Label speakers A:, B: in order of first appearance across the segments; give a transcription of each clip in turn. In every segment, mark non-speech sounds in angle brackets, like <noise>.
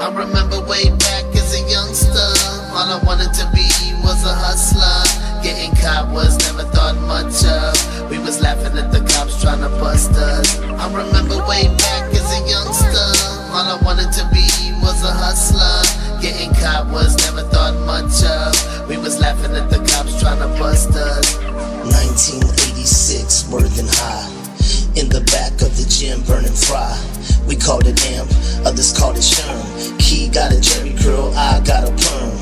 A: I remember way back as a youngster, all I wanted to be was a hustler. Getting caught was never thought much of. We was laughing at the cops trying to bust us. I remember way back as a youngster, all I wanted to be was a hustler. Getting caught was never thought much of. We was laughing at the cops trying to bust us. 1986, working high. In the back of the gym, burning fry. We called it amp, others called it sherm. Key got a jerry curl, I got a perm.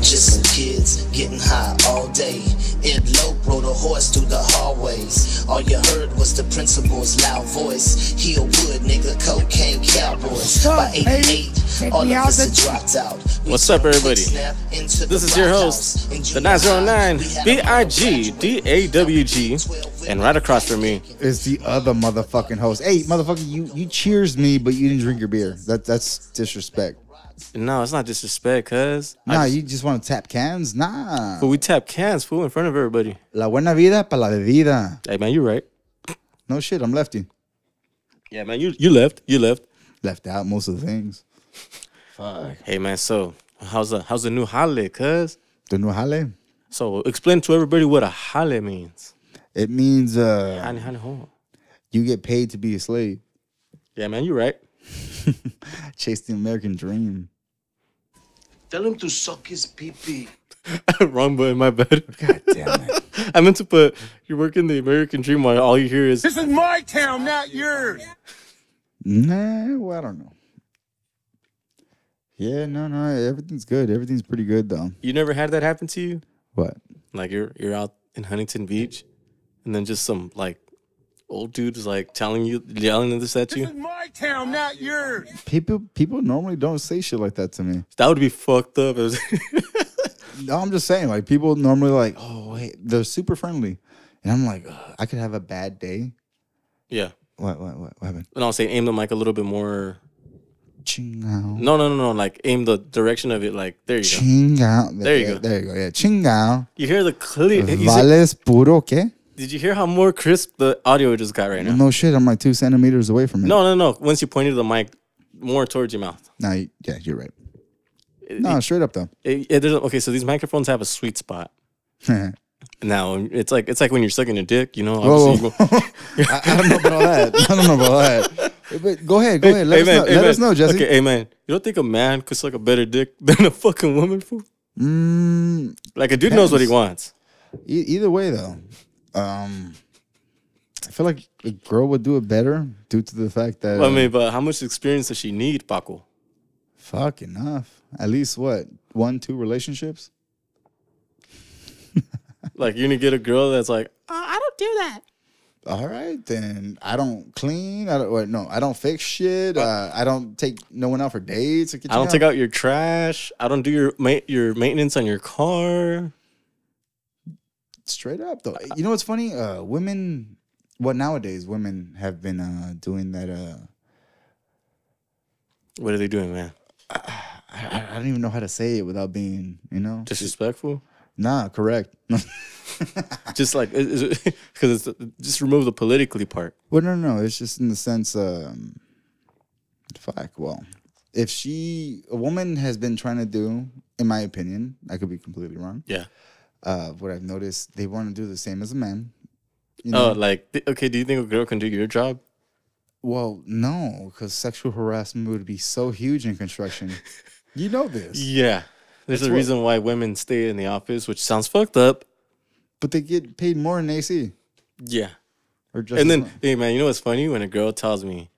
A: Just some kids getting high all day. Ed Lope rode a horse through the hallways. All you heard was the principal's loud voice. He a wood nigga, cocaine cowboys. By 88, all of us had dropped out. We
B: What's up,
A: turned
B: everybody?
A: snap into
B: This
A: the
B: is your
A: rock
B: host,
A: house. In
B: the
A: junior high,
B: 909
A: we had
B: B
A: a
B: I G D A W G, and right across from me,
C: It's the other motherfucking host. Hey, motherfucker, you you cheers me, but you didn't drink your beer. That that's disrespect.
B: no, it's not disrespect, cuz. I
C: Nah,
B: just-
C: you just want to tap cans. Nah,
B: but we tap cans, fool, in front of everybody.
C: la buena vida pa la bebida.
B: Hey, man, you right.
C: No shit, I'm lefty.
B: Yeah, man, you you left, you left.
C: Left out most of the things.
B: Hey, man, so how's the how's the new holiday, cuz?
C: The new jale.
B: So explain to everybody what a holiday means.
C: It means uh,
B: Honey, honey, hold on.
C: you get paid to be a slave.
B: Yeah, man, you right. <laughs>
C: Chase the American dream.
D: Tell him to suck his pee pee.
B: Wrong button, my bad. <laughs>
C: God damn it. <laughs>
B: I meant to put you work in the American dream while all you hear is
E: This is my town, not yours.
C: Nah, well, I don't know. Yeah, no, no, everything's good. Everything's pretty good though.
B: you never had that happen to you?
C: What?
B: Like you're you're out in Huntington Beach and then just some like old dude is like telling you yelling this at
E: This is
B: you.
E: my town, not yours.
C: People people normally don't say shit like that to me.
B: That would be fucked up. <laughs> It was-
C: No, I'm just saying, like people normally like, oh wait, they're super friendly, and I'm like, ugh, I could have a bad day.
B: yeah.
C: What what what, what happened?
B: And I'll say aim the mic a little bit more.
C: Ching out,
B: No, no, no, no. Like aim the direction of it. Like there you go.
C: ching out.
B: There you
C: Yeah,
B: go.
C: There you go. Yeah, ching out.
B: You hear the clear. you see-
C: Vales puro que?
B: Did you hear how more crisp the audio just got right now?
C: No shit, I'm like two centimeters away from it.
B: No, no, no. Once you pointed the mic more towards your mouth.
C: no, you- yeah, you're right. No, straight up though. <laughs>
B: It- it doesn't- okay, so these microphones have a sweet spot. Oh, Now it's like it's like when you're sucking your dick, you know.
C: Whoa,
B: obviously you go-
C: whoa. <laughs> I, I don't know about all that. I don't know about all that. But go ahead, go ahead. Let,
B: Amen,
C: us, know, let us
B: amen.
C: know, Jesse.
B: Okay, amen. You don't think a man could suck a better dick <laughs> than a fucking woman? Fool?
C: Mm,
B: Like a dude knows what he
C: Depends.
B: wants.
C: E- either way, though, um, I feel like a girl would do it better due to the fact that
B: I mean, but how much experience does she need, Paco?
C: fuck enough. At least what one, two relationships.
B: Like you're gonna get a girl that's like,
C: All right, then I don't clean. I don't. Wait, no, I don't fix shit. Uh, I don't take no one out for dates.
B: I don't take out your trash. I don't do your ma- your maintenance on your car.
C: straight up though. You know what's funny? Uh, women. Well, nowadays women have been uh, doing that. Uh,
B: What are they doing, man?
C: I, I don't even know how to say it without being, you know,
B: Disrespectful.
C: nah, correct. <laughs>
B: just like <laughs> because it's just remove the politically part.
C: Well, no, no, it's just in the sense, um, fuck. Well, if she, a woman has been trying to do, in my opinion, I could be completely wrong.
B: Yeah.
C: Uh, what I've noticed, they want to do the same as a man. You
B: Oh,
C: know,
B: like th- okay. Do you think a girl can do your job?
C: well, no, because sexual harassment would be so huge in
B: <laughs>
C: construction. you know this,
B: Yeah. There's a
C: what-
B: reason why women stay in the office, which sounds fucked up.
C: but they get paid more in AC
B: Yeah.
C: or just
B: And
C: as
B: then,
C: much.
B: hey man, you know what's funny? When a girl tells me,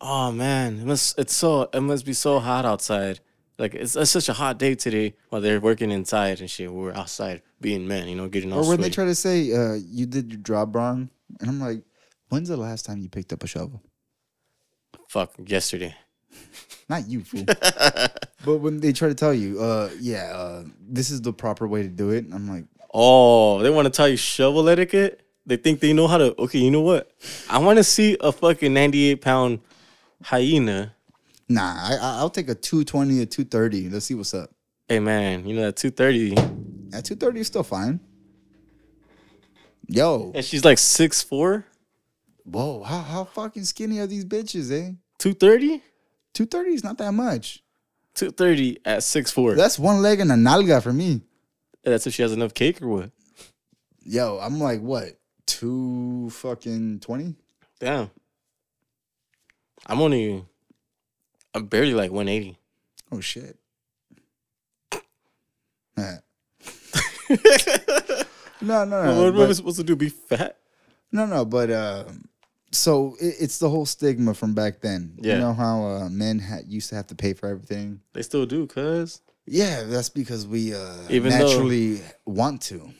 B: "Oh man, it must it's so it must be so hot outside. Like it's, it's such a hot day today." While they're working inside and shit, we're outside being men, you know, getting all
C: or when they
B: sweaty.
C: try to say, uh, you did your job wrong, and I'm like, when's the last time you picked up a shovel?
B: Fuck yesterday.
C: Not you, fool. but when they try to tell you, uh, yeah, uh, this is the proper way to do it, I'm like,
B: Oh, they want to tell you shovel etiquette. They think they know how to. Okay, you know what? I want to see a fucking ninety-eight pound hyena.
C: nah, I, I- I'll take a 220 or 230. Let's see what's up.
B: Hey man, you know that two thirty,
C: At 230 is still fine. Yo,
B: and she's like six four.
C: whoa, how, how fucking skinny are these bitches, eh?
B: 230?
C: 230 is not that much.
B: Two thirty at six four.
C: That's one leg and a nalga for me.
B: That's if she has enough cake or what?
C: Yo, I'm like what two fucking twenty?
B: Damn. I'm only. I'm barely like one eighty.
C: Oh shit. no, no, no.
B: what, what
C: Uh, but-
B: am I supposed to do? Be fat?
C: No, no, but uh, so it, it's the whole stigma from back then.
B: Yeah.
C: You know how uh, men ha- used to have to pay for everything.
B: They still do, cause
C: Yeah, that's because we uh,
B: Even though-
C: naturally want to,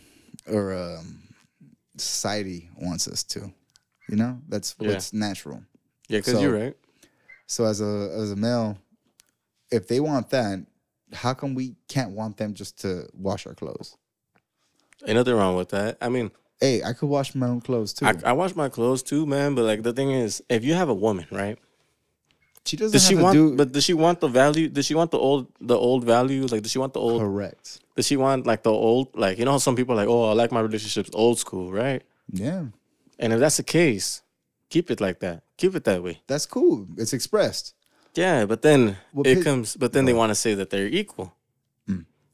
C: or um, society wants us to. You know, that's
B: Yeah.
C: what's natural.
B: yeah, cause
C: So-
B: you're right.
C: So as a as a male, if they want that, how come we can't want them just to wash our clothes?
B: Ain't nothing wrong with that. I mean,
C: Hey, I could wash my own clothes too.
B: I, I wash my clothes too, man. But like the thing is, if you have a woman, right?
C: she doesn't
B: Does
C: have
B: she
C: to
B: want?
C: do
B: But does she want the value? Does she want the old the old value? Like, does she want the old?
C: correct.
B: Does she want like the old? Like, you know, how some people are like, oh, I like my relationships old school, right?
C: Yeah,
B: And if that's the case, keep it like that. Keep it that way.
C: that's cool. It's expressed.
B: Yeah, but then
C: Well,
B: it
C: pi-
B: comes. But then they want to say that they're equal.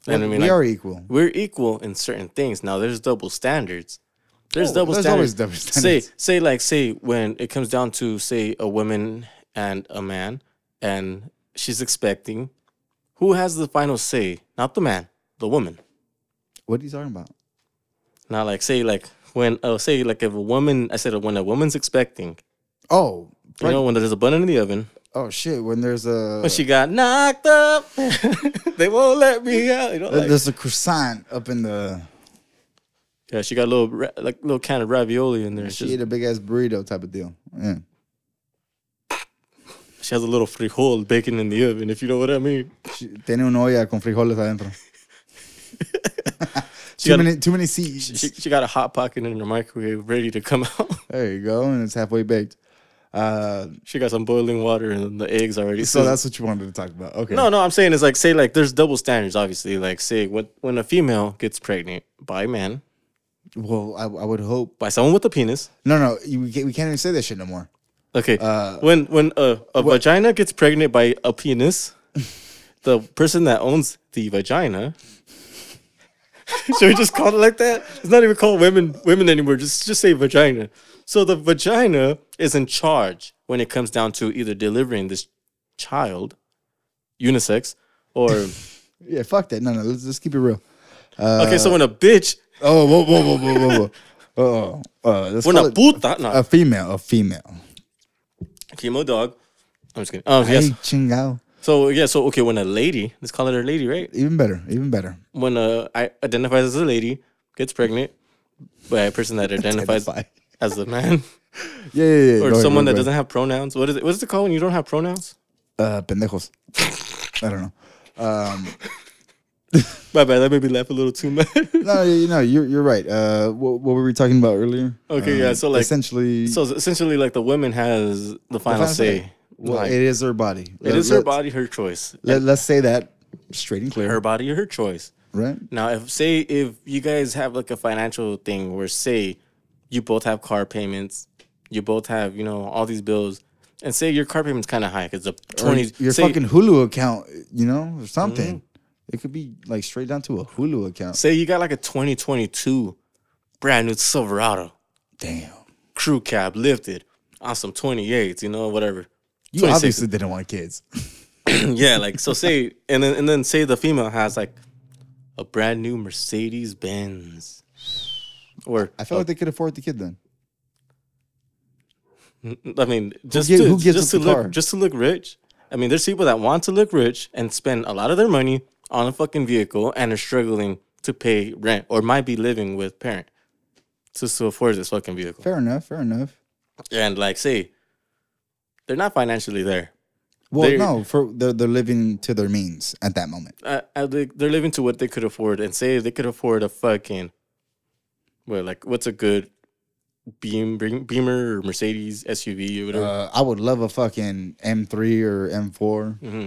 B: And I mean,
C: Mm. we
B: like,
C: are e-, equal.
B: we're equal in certain things. Now there's double standards. There's
C: Oh,
B: double
C: there's
B: standards.
C: always double standards.
B: Say say like say when it comes down to say a woman and a man and she's expecting who has the final say? Not the man, the woman.
C: What are you talking about?
B: Now like say like when uh, say like if a woman I said when a woman's expecting,
C: Oh,
B: you know when there's a bun in the oven,
C: oh shit! When there's a
B: when she got knocked up, <laughs> they won't let me out. You know,
C: uh,
B: like-
C: there's a croissant up in the
B: yeah, she got a little ra- like little can of ravioli in there. It's
C: she
B: just-
C: ate a big ass burrito type of deal. Yeah.
B: She has a little frijol baking in the oven, if you know what I mean.
C: She, tiene una olla con frijoles adentro.
B: <laughs> She
C: Too
B: got,
C: many, too many seeds.
B: she, she got a hot pocket in her microwave ready to come <laughs> out.
C: There you go, and it's halfway baked. Uh,
B: she got some boiling water and the eggs already.
C: so
B: sizzled.
C: that's what you wanted to talk about. Okay.
B: no, no. I'm saying is like say like there's double standards. Obviously, like say when when a female gets pregnant by a man
C: Well, I, I would hope.
B: by someone with a penis.
C: No, no, you, we, can't, we can't even say that shit no more.
B: Okay,
C: Uh,
B: when when a, a vagina gets pregnant by a penis, <laughs> the person that owns the vagina. <laughs> Should we just call it like that? It's not even called women women anymore. Just just say vagina. So the vagina is in charge when it comes down to either delivering this child, unisex,
C: <laughs>
B: or
C: Yeah, fuck that. No, no, let's just keep it real.
B: okay. So when a bitch,
C: Oh, whoa, whoa, whoa, whoa, whoa, whoa. Oh, uh, let's
B: when
C: call
B: a
C: it Uh,
B: puta, no,
C: a female, a female.
B: chemo dog. I'm just kidding. Oh yes.
C: Hey, chingao.
B: So yeah. So okay, when a lady, let's call it a lady, right?
C: Even better, even better.
B: when uh, I identifies as a lady gets pregnant by a person that identifies
C: Identify.
B: as a man
C: <laughs> Yeah, yeah, yeah.
B: or
C: go ahead,
B: someone
C: go
B: that
C: ahead.
B: doesn't have pronouns. What is it? What is it called when you don't have pronouns?
C: Uh, pendejos. I don't know.
B: My bad. That made me laugh a little too much. <laughs>
C: No, you know, you're you're right. Uh, what, what were we talking about earlier?
B: Okay,
C: Um,
B: yeah, so, like-
C: essentially,
B: so essentially, like the woman has the final,
C: final
B: say.
C: say. well,
B: Like,
C: it is her body.
B: it is her body, her choice.
C: Let, let's say that straight and clear,
B: Her body, her choice.
C: right?
B: Now, if say if you guys have like a financial thing where say you both have car payments, you both have you know all these bills, and say your car payment's kind of high because the
C: Or
B: twenty
C: your
B: say- Mm-hmm.
C: fucking Hulu account, you know, or something. It could be like straight down to a Hulu account.
B: Say you got like a 2022 brand new Silverado
C: Damn,
B: crew cab lifted on some 28s, you know, whatever.
C: you
B: 26s.
C: obviously didn't want kids.
B: <laughs> yeah, like so say and then and then say the female has like a brand new Mercedes Benz. Or
C: I feel like they could afford the kid then.
B: I mean, just
C: gi-
B: to,
C: who gives
B: just to
C: up the
B: look
C: car?
B: just to look rich. I mean, there's people that want to look rich and spend a lot of their money on a fucking vehicle and are struggling to pay rent or might be living with parent just to afford this fucking vehicle.
C: Fair enough. Fair enough.
B: and like say they're not financially there
C: Well,
B: They're-
C: no, for they're, they're living to their means at that moment.
B: uh, uh, they, they're living to what they could afford and say they could afford a fucking well like what's a good beam Bring- beamer or mercedes suv or whatever
C: Uh, I would love a fucking M3 or M4.
B: Mm-hmm.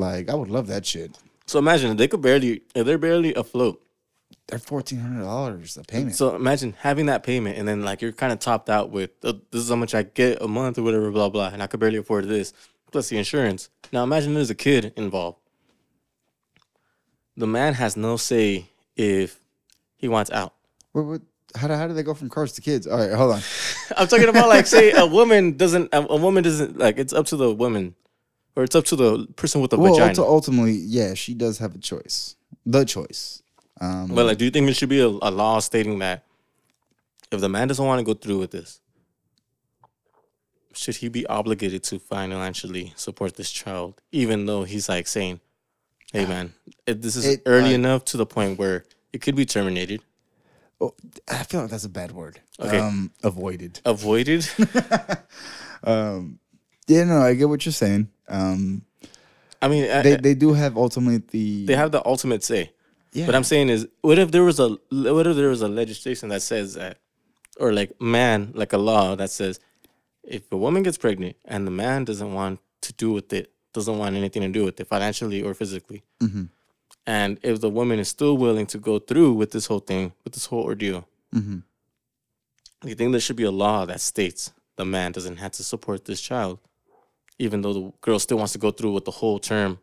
C: Like I would love that shit.
B: so imagine if they could barely if they're barely afloat
C: They're fourteen hundred dollars a payment.
B: so imagine having that payment and then like you're kind of topped out with uh, this is how much i get a month or whatever blah blah and i could barely afford this plus the insurance now imagine there's a kid involved the man has no say if he wants out.
C: What, what, how, do- how do they go from cars to kids? All right, hold on.
B: I'm talking about like say a woman doesn't a, a woman doesn't like it's up to the woman or it's up to the person with the
C: Well,
B: vagina.
C: ulti- ultimately, yeah, she does have a choice. The choice. Um,
B: But like, do you think there should be a, a law stating that if the man doesn't want to go through with this, should he be obligated to financially support this child, even though he's like saying, "Hey, man, it, this is
C: It-
B: early
C: I-
B: enough to the point where it could be terminated,
C: oh, I feel like that's a bad word.
B: Okay.
C: Um, avoided. <laughs>
B: avoided."
C: Yeah, no, I get what you're saying. Um,
B: I mean, I- I-
C: they
B: they,
C: they do have ultimately the
B: have the ultimate say.
C: yeah.
B: What I'm saying is, what if there was a what if there was a legislation that says that, or like man, like a law that says, if a woman gets pregnant and the man doesn't want to do with it, doesn't want anything to do with it financially or physically,
C: Mm-hmm.
B: and if the woman is still willing to go through with this whole thing, with this whole ordeal,
C: Mm-hmm.
B: do you think there should be a law that states the man doesn't have to support this child, even though the girl still wants to go through with the whole term?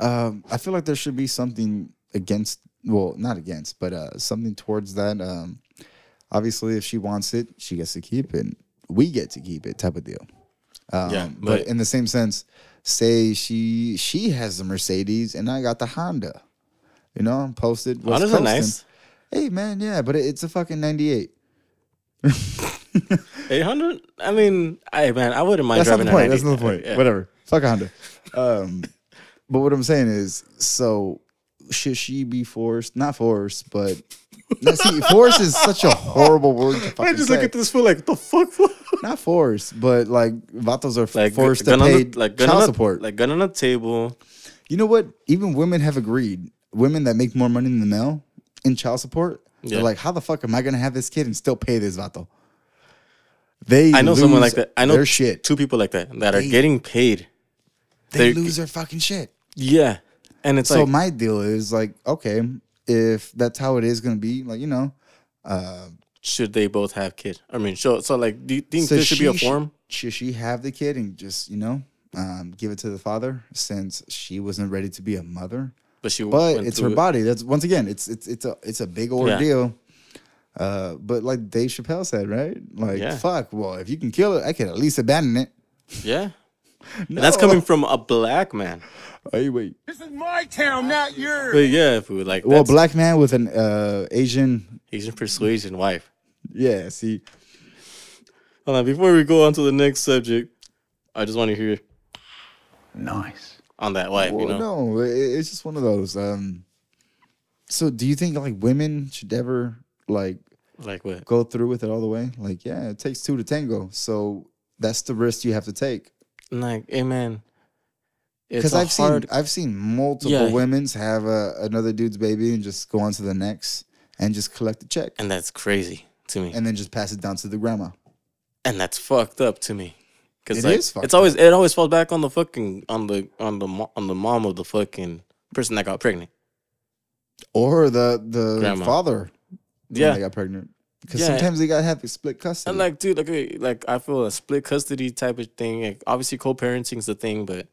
C: Um, I feel like there should be something against, well, not against, but uh, something towards that. Um, obviously, if she wants it, she gets to keep it. We get to keep it, type of deal. Um,
B: Yeah,
C: but,
B: but-
C: in the same sense, say she she has the Mercedes and I got the Honda. You know, posted. was
B: Honda's are
C: posting.
B: nice.
C: Hey man, yeah, but it- it's a fucking ninety eight.
B: Eight hundred? I mean, I man, I wouldn't mind
C: That's not
B: driving
C: the
B: a 90.
C: point. That's not the point.
B: Yeah.
C: Whatever. Fuck a Honda. Um, but what I'm saying is, so should she be forced? Not forced, but no, see, forced is such a horrible word <laughs> to fucking say.
B: this fool like the fuck.
C: Not forced, but like vatos are
B: like
C: forced to
B: gun on
C: pay
B: the, like gun
C: child
B: on the,
C: support.
B: Like gun on the table.
C: you know what? Even women have agreed. Women that make more money than the male in child support,
B: Yeah.
C: they're like, how the fuck am I gonna have this kid and still pay this vato? They
B: I know someone like
C: lose
B: that. I know
C: their shit.
B: two people like that that are
C: They-
B: getting paid.
C: they
B: they-
C: lose their fucking shit.
B: Yeah, and it's
C: so
B: like
C: my deal is like, okay, if that's how it is going to be, like you know,
B: should they both have kids? I mean, so so like, do you think
C: so
B: there should be a
C: she-
B: form?
C: Should she have the kid and just you know, um, give it to the father since she wasn't ready to be a mother?
B: But she
C: But
B: went
C: it's
B: through
C: her
B: it.
C: body. That's once again, it's it's it's a it's a big ordeal. Uh, but like Dave Chappelle said, right? Like,
B: Yeah.
C: fuck. Well, if you can kill it, I can at least abandon it.
B: Yeah, and that's coming from a black man.
C: Hey, wait.
E: This is my town, not yours.
B: But yeah, if we like
C: Well,
B: that's
C: black man with an uh, Asian,
B: Asian persuasion wife.
C: yeah. See,
B: Hold on, before we go on to the next subject, I just want to hear
E: Nice.
B: on that wife. you know,
C: Well, no, it, it's just one of those. Um, so, do you think like women should ever like
B: like what?
C: go through with it all the way? Like, yeah, it takes two to tango, so that's the risk you have to take.
B: like hey man it's
C: Because
B: a
C: I've
B: hard
C: seen I've seen multiple
B: Yeah.
C: women's have a, another dude's baby and just go on to the next and just collect the check
B: and that's crazy to me and,
C: and then just pass it down to the grandma.
B: that's fucked up to me because
C: It
B: like,
C: is fucked
B: it's always it always falls back on the fucking on the on the mo- on the mom of the fucking person that got pregnant
C: Or the the
B: Grandma.
C: father when
B: Yeah.
C: they got pregnant. Because
B: Yeah.
C: sometimes they gotta have a split custody.
B: and like dude like okay, like i feel a split custody type of thing like obviously co-parenting's the thing but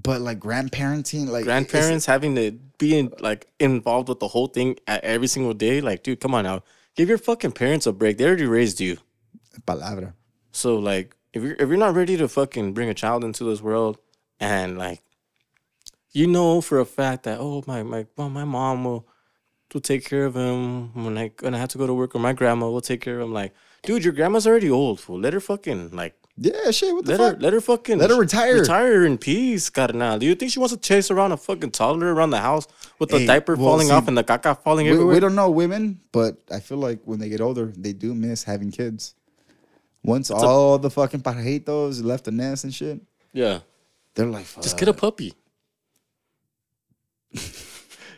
C: but like grandparenting, like it's-
B: grandparents having to be in, like involved with the whole thing at every single day like dude come on now give your fucking parents a break they already raised you
C: palabra.
B: So like, if you're if you're not ready to fucking bring a child into this world, and like, you know for a fact that oh my my well, my mom will will take care of him when I when I have to go to work, or my grandma will take care of him. Like, dude, your grandma's already old. Fool. Let her fucking like
C: Yeah, shit. What
B: let
C: the fuck?
B: her let her fucking
C: Let her retire.
B: retire in peace. God now, do you think she wants to chase around a fucking toddler around the house with the
C: Hey,
B: diaper
C: well,
B: falling
C: see,
B: off and the caca falling
C: we,
B: everywhere?
C: we don't know women, but I feel like when they get older, they do miss having kids. Once all the fucking parejitos left the nest and shit,
B: yeah,
C: they're like, Fuck.
B: just get a puppy.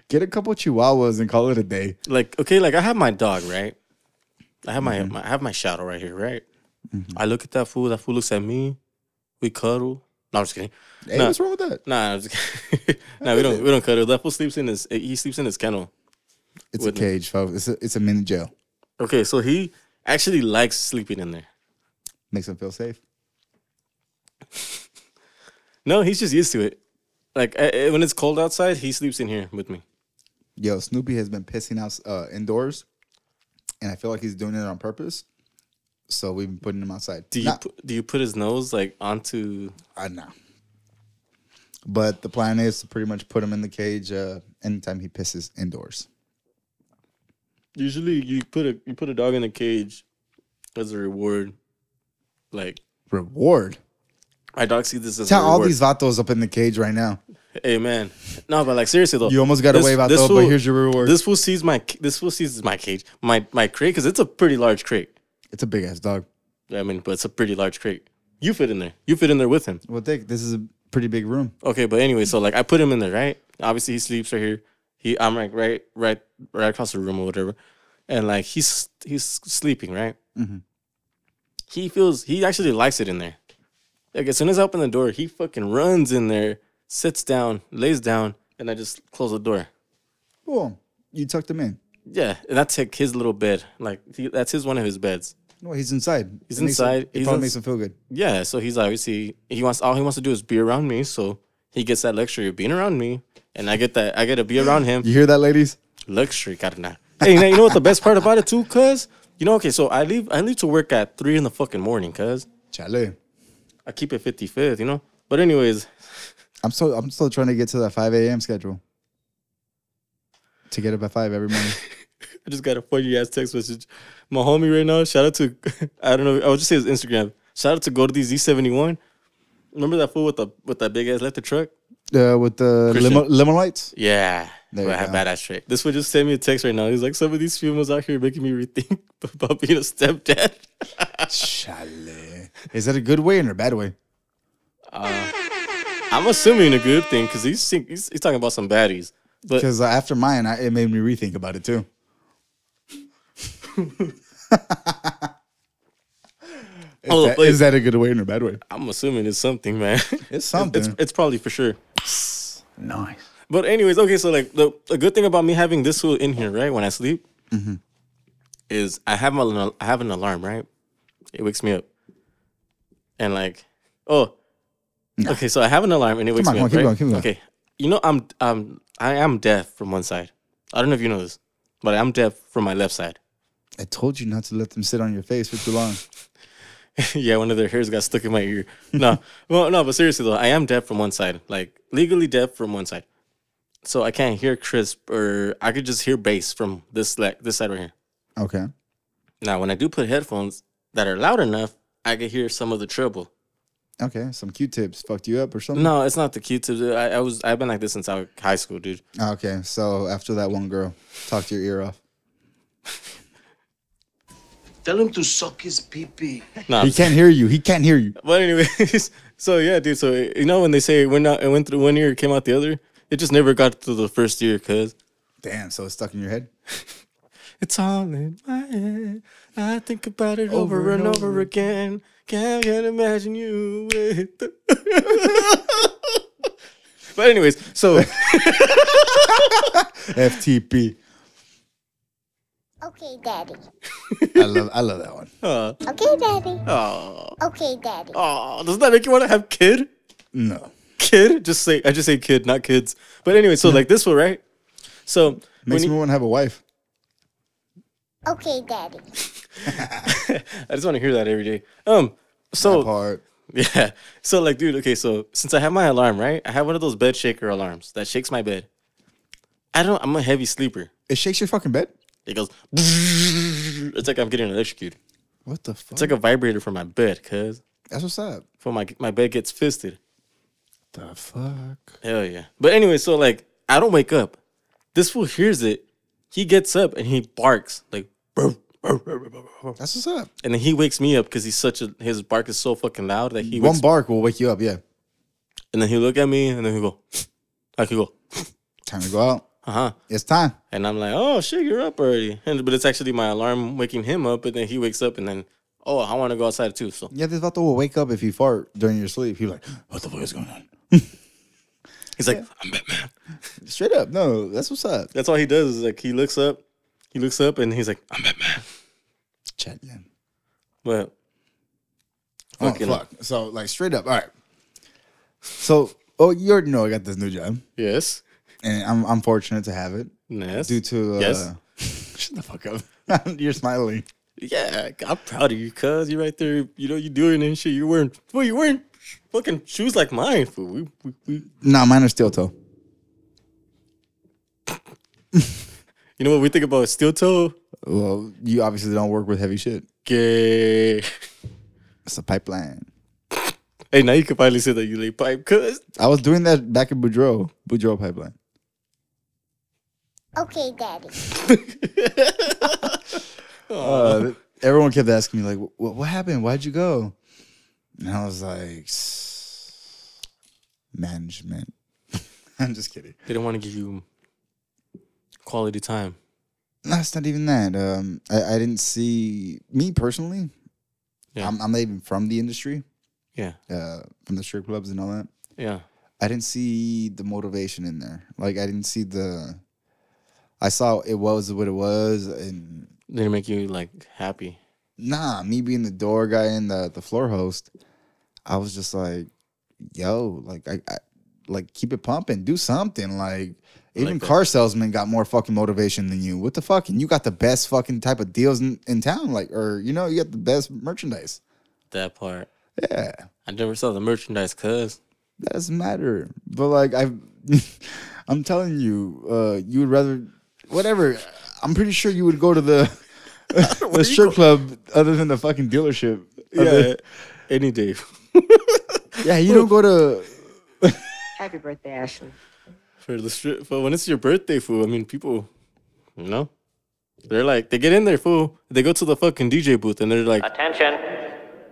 C: get a couple chihuahuas and call it a day.
B: like okay, like I have my dog, right? I have my, my I have my shadow right here, right?
C: Mm-hmm.
B: I look at that fool. That fool looks at me. We cuddle. No, I'm just kidding.
C: Hey,
B: Nah.
C: what's wrong with that?
B: Nah, I'm just kidding. <laughs> nah, we don't we don't cuddle. That fool sleeps in his he sleeps in his kennel.
C: It's
B: Wouldn't-
C: a cage, folks. It's a, it's a mini jail.
B: Okay, so he actually likes sleeping in there.
C: Makes them feel safe.
B: No, he's just used to it. Like I, I- when it's cold outside, he sleeps in here with me.
C: Yo, Snoopy has been pissing out uh, indoors, and I feel like he's doing it on purpose. So we've been putting him outside.
B: Do you
C: Not-
B: pu- do you put his nose like onto?
C: I know. But the plan is to pretty much put him in the cage uh, anytime he pisses indoors.
B: Usually, you put a you put a dog in a cage as a reward. Like
C: Reward.
B: my dog sees this as
C: Tell
B: a
C: all
B: reward.
C: these vatos up in the cage right now.
B: Hey man, no, but like seriously though,
C: You almost got
B: this-
C: away, vato,
B: this
C: but
B: fool-
C: here's your reward.
B: This fool sees my ca- this fool sees my cage, my my crate, because it's a pretty large crate.
C: It's a big ass dog.
B: I mean, but it's a pretty large crate. You fit in there. You fit in there with him.
C: Well, Dick, this is a pretty big room.
B: Okay, but anyway, so like I put him in there, right? Obviously, he sleeps right here. He, I'm like right, right, right across the room or whatever, and like he's he's sleeping, right? He feels he actually likes it in there. Like as soon as I open the door, he fucking runs in there, sits down, lays down, and I just close the door.
C: Cool. You tucked him in.
B: Yeah, and that's like his little bed. Like he, that's his one of his beds.
C: No, he's inside.
B: He's
C: It makes him-
B: inside.
C: It
B: He's
C: probably
B: ins-
C: makes him feel good.
B: Yeah, so he's obviously he wants all he wants to do is be around me, so he gets that luxury of being around me, and I get that I get to be around him.
C: You hear that, ladies?
B: Luxury, carnal. Hey, now, you know what the best part about it too, cuz you know, okay, so I leave I leave to work at three in the fucking morning, cuz
C: Chale.
B: I keep it 55th, you know. But anyways,
C: I'm still I'm still trying to get to that 5 a.m. schedule. To get up at five
B: <laughs>
C: every morning.
B: I just got a funny ass text message. My homie right now, shout out to <laughs> I don't know, I'll just say his Instagram. Shout out to go to these Z71. Remember that fool with the with that big ass left truck?
C: uh, with the
B: Christian.
C: limo, limo lights.
B: Yeah.
C: There
B: but I
C: you
B: have
C: go.
B: badass trait. This would just send me a text right now. He's like, some of these females out here making me rethink <laughs> about being a stepdad.
C: Chale. Is that a good way or a bad way?
B: I'm assuming a good thing because he's, think- he's he's talking about some baddies. But
C: Because after mine, I, it made me rethink about
B: <laughs>
C: it too. Is,
B: Oh,
C: that,
B: wait.
C: is that a good way or a bad way?
B: I'm assuming it's something, man.
C: It's something.
B: <laughs> it's it's probably for sure.
E: Nice.
B: But anyways, okay. So like the a good thing about me having this tool in here, right, when I sleep,
C: Mm-hmm.
B: is I have my I have an alarm, right? It wakes me up, and like, oh, okay. So I have an alarm, and it wakes
C: on,
B: me
C: come
B: up.
C: on, keep
B: right?
C: going, keep going.
B: Okay, you know I'm um I am deaf from one side. I don't know if you know this, but I'm deaf from my left side.
C: I told you not to let them sit on your face for too long.
B: <laughs> yeah, one of their hairs got stuck in my ear. No, <laughs> well, no, but seriously though, I am deaf from one side, like legally deaf from one side, so I can't hear crisp, or I could just hear bass from this like this side right here.
C: Okay.
B: Now, when I do put headphones that are loud enough, I can hear some of the treble.
C: Okay. Some Q-tips fucked you up or something.
B: No, it's not the Q-tips. I, I was I've been like this since I was high school,
C: <laughs>
B: dude.
C: Ah, Okay. So after that one girl talked your ear off,
D: Tell him to suck his pee-pee.
B: No,
C: he can't hear you. He can't hear you.
B: but anyways, <laughs> so yeah, dude. So you know when they say when not, it went through one ear, it came out the other. It just never got to the first ear, cause
C: Damn. So it's stuck in your head.
B: It's all in my head. I think about it over, and, over, again. Can't, can't imagine you with. The... <laughs> but anyways,
C: <laughs>
B: so <laughs>
C: FTP.
F: Okay, Daddy.
C: I love. I love that one.
F: Okay, Daddy.
B: oh,
F: Okay, Daddy.
B: oh, doesn't that make you want to have kid?
C: No.
B: Kid? Just say I just say kid, not kids. But anyway, so like this one, right? So when
C: Makes
B: you-
C: me want to have a wife.
F: Okay, Daddy.
B: I just want to hear that every day. Um, so
C: Part.
B: <laughs> Yeah. So like, dude, okay, so since I have my alarm, right? I have one of those bed shaker alarms that shakes my bed. I don't I'm a heavy sleeper.
C: It shakes your fucking bed.
B: It goes <laughs> it's like I'm getting electrocuted.
C: What the fuck?
B: It's like a vibrator for my bed, cuz
C: That's what's up.
B: for my my bed gets fisted.
C: The fuck.
B: Hell yeah. But anyway, so like I don't wake up. This fool hears it. He gets up and he barks like <laughs>
C: Oh. That's what's up.
B: and then he wakes me up because he's such a his bark is so fucking loud that he
C: One
B: wakes,
C: bark will wake you up. Yeah.
B: and then he look at me and then he go <laughs> I could go
C: Time to go out.
B: uh huh
C: It's time.
B: And I'm like, oh shit, you're up already. And but it's actually my alarm waking him up, and then he wakes up and then, oh, I want to go outside too. So
C: Yeah, this vato will wake up if you fart during your sleep. He's like, what the fuck is going on?
B: he's like, I'm Batman.
C: Straight up. No, that's what's up.
B: That's all he does is like he looks up, he looks up and he's like, I'm Batman.
C: Chat. Yeah.
B: But
C: Oh,
B: Fucking-
C: fuck. So, like, straight up. All right. So, Oh, you already know I got this new job,
B: Yes.
C: and I'm I'm fortunate to have it
B: Yes.
C: due to. Uh, <laughs>
B: Yes. Shut the fuck up.
C: you're smiling.
B: Yeah, I'm proud of you, cuz you're right there. You know, you're doing it and shit. You're wearing, well, you're wearing fucking shoes like mine, fool. We, we, we.
C: Nah, mine are steel toe.
B: You know what we think about steel toe?
C: Well, you obviously don't work with heavy shit.
B: Gay. <laughs>
C: It's a pipeline.
B: Hey, now you can finally say that you lay pipe, cuz.
C: I was doing that back in Boudreaux, Boudreaux pipeline.
F: Okay, Daddy.
C: Uh, everyone kept asking me like, "What, what happened? Why'd you go?" And I was like, "S- "Management." <laughs> I'm just kidding.
B: They don't want to give you quality time.
C: No, it's not even that. Um, I, I didn't see me personally.
B: Yeah.
C: I'm, I'm not even from the industry,
B: Yeah.
C: uh, from the strip clubs and all that.
B: Yeah.
C: I didn't see the motivation in there. Like I didn't see the. I saw it was what it was, and
B: They make you like happy.
C: nah, me being the door guy and the the floor host, I was just like, yo, like I, I like keep it pumping, do something. Like even
B: that.
C: car salesmen got more fucking motivation than you. What the fuck? And you got the best fucking type of deals in, in town, like or you know you got the best merchandise.
B: That part.
C: Yeah,
B: I never saw the merchandise, cuz.
C: that doesn't matter. But like I, <laughs> I'm telling you, uh, you would rather whatever. I'm pretty sure you would go to the. <laughs> the strip club, other than the fucking dealership, Other-
B: Any day. <laughs>
C: yeah, you don't go to
G: Happy birthday, Ashley.
B: For the strip. But when it's your birthday, fool, I mean, people, you know? They're like, they get in there, fool. They go to the fucking DJ booth and they're like,
H: Attention.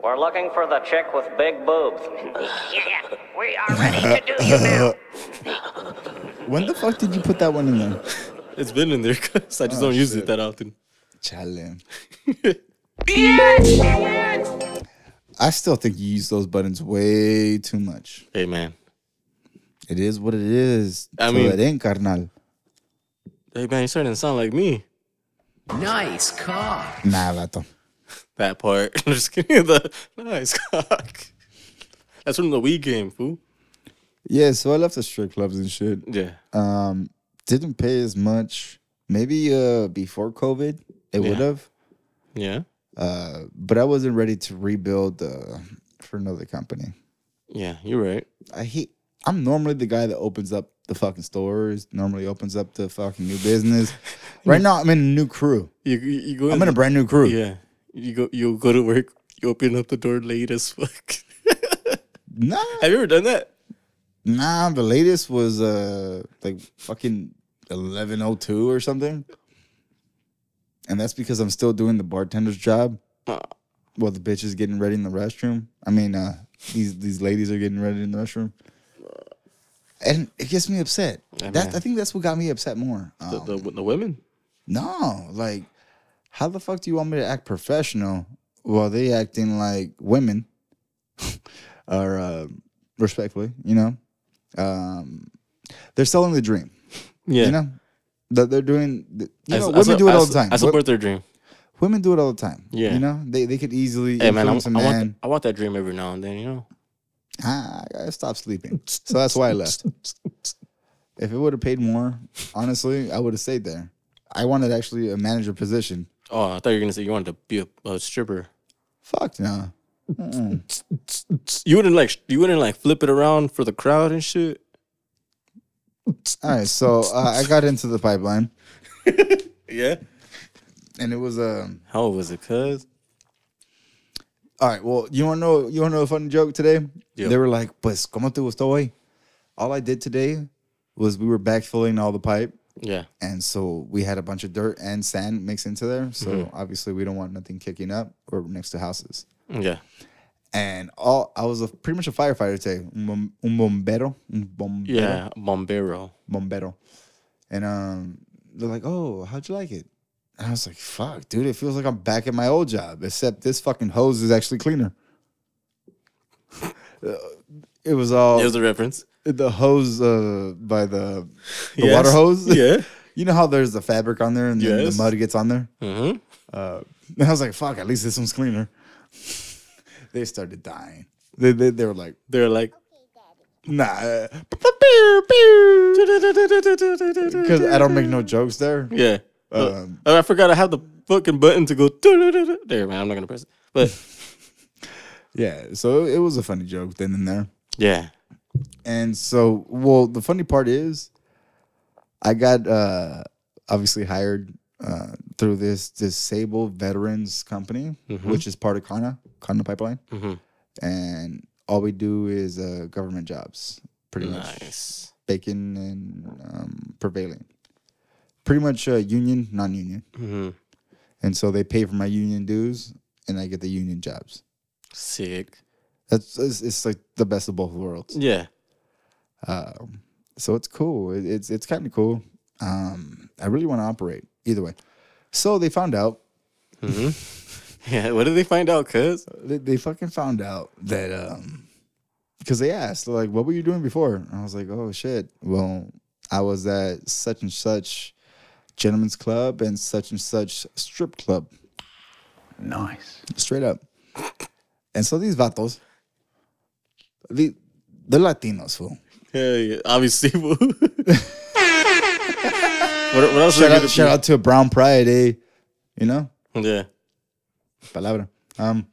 H: We're looking for the chick with big boobs.
I: Yeah, we are ready to do you now.
C: When the fuck did you put that one in there?
B: it's been in there, <laughs> cuz. I just don't use it that often.
C: Challenge.
I: Bitch!
C: I still think you use those buttons way too much.
B: Hey, man.
C: It is what it is.
B: I
C: So
B: mean-
C: it ain't carnal.
B: Hey, man, you're starting to sound like me.
E: Nice car.
C: Nah, vato.
B: That part. <laughs> I'm just kidding. The nice cock. That's from the Wii game, fool.
C: Yeah, so I left the strip clubs and shit.
B: Yeah.
C: Um, didn't pay as much. Maybe uh before COVID, it
B: Yeah.
C: would have.
B: Yeah.
C: Uh, but I wasn't ready to rebuild uh, for another company.
B: Yeah, you're right.
C: I hate. I'm normally the guy that opens up the fucking stores. Normally opens up the fucking new
B: <laughs>
C: business. right now, I'm in a new crew.
B: You you you go.
C: I'm in a brand new crew.
B: Yeah. You go. You go to work. You open up the door late as fuck. <laughs>
C: Nah,
B: Have you ever done that?
C: Nah, the latest was uh like fucking eleven oh two or something. And that's because I'm still doing the bartender's job. While the bitch is getting ready in the restroom. I mean, uh these these ladies are getting ready in the restroom. And it gets me upset.
B: Yeah,
C: That
B: man.
C: I think that's what got me upset more.
B: The,
C: Um,
B: the, the women.
C: no, like how the fuck do you want me to act professional while they acting like women <laughs> or uh, respectfully, you know? Um, they're selling the dream,
B: Yeah.
C: you know? That they're doing, you
B: I
C: know,
B: su- I
C: women
B: su-
C: do it
B: I
C: all
B: su-
C: the time.
B: I
C: Wo-
B: support their dream.
C: women do it all the time.
B: Yeah.
C: You know, they, they could easily
B: Hey man, I,
C: influence
B: w-
C: a
B: I
C: man.
B: want I want that dream every now and then. You know.
C: ah, I gotta stop sleeping. So that's why I left. If it would have paid more, honestly, I would have stayed there. I wanted actually a manager position.
B: Oh, I thought you were gonna say you wanted to be a, a stripper.
C: Fuck no.
B: You wouldn't like you wouldn't like flip it around for the crowd and shit.
C: All right, so uh, I got into the pipeline,
B: <laughs> Yeah.
C: and it was um.
B: How old was it, cuz?
C: All right, well, you want to know? You want to know a funny joke today?
B: Yeah.
C: They were like, "Pues, cómo te gustó hoy?" All I did today was we were backfilling all the pipe,
B: Yeah.
C: and so we had a bunch of dirt and sand mixed into there. So
B: Mm-hmm.
C: obviously, we don't want nothing kicking up or next to houses.
B: Yeah.
C: And all I was a, pretty much a firefighter today, un, bom- un bombero, un bombero,
B: Yeah. Bombero.
C: bombero. And um, they're like, "Oh, how'd you like it?" And I was like, "Fuck, dude, it feels like I'm back at my old job, except this fucking hose is actually cleaner." <laughs> Uh, it was all
B: It was a reference.
C: the hose uh, by the the
B: Yes.
C: water
B: <laughs>
C: hose.
B: Yeah.
C: <laughs> you know how there's the fabric on there and then
B: Yes.
C: the mud gets on there. <laughs>
B: Mm-hmm.
C: And I was like, "Fuck, at least this one's <laughs> cleaner." they started dying. They, they they were like,
B: They're like,
C: Nah.
B: <laughs>
C: <laughs> Because I don't make no jokes there.
B: Yeah.
C: Um,
B: oh, I forgot I have the fucking button to go. <laughs> There, man. I'm not gonna press it. But
C: Yeah. So it was a funny joke then and there.
B: yeah,
C: And so, well, the funny part is, I got uh, obviously hired uh, through this disabled veterans company, which is part of Kana Kana Pipeline,
B: Mhm.
C: and all we do is uh, government jobs, pretty much
B: nice.
C: bacon and um, prevailing, pretty much uh, union, non-union,
B: hmm
C: and so they pay for my union dues, and I get the union jobs.
B: Sick.
C: That's it's, it's like the best of both worlds.
B: Yeah.
C: Um, so it's cool. It, it's it's kind of cool. Um, I really want to operate either way. So they found out.
B: Yeah. <laughs> What did they find out? Cause
C: They, they fucking found out that um, because they asked they're like, "What were you doing before?" And I was like, "Oh shit. Well, I was at such and such gentleman's club and such and such strip club." Nice. Straight up. And so these vatos, they, they're Latinos, fool.
B: yeah, yeah obviously. <laughs> fool. what, what else?
C: Shout
B: are you
C: out, shout out to Brown Pride, eh? You know?
B: Yeah.
C: palabra. Um,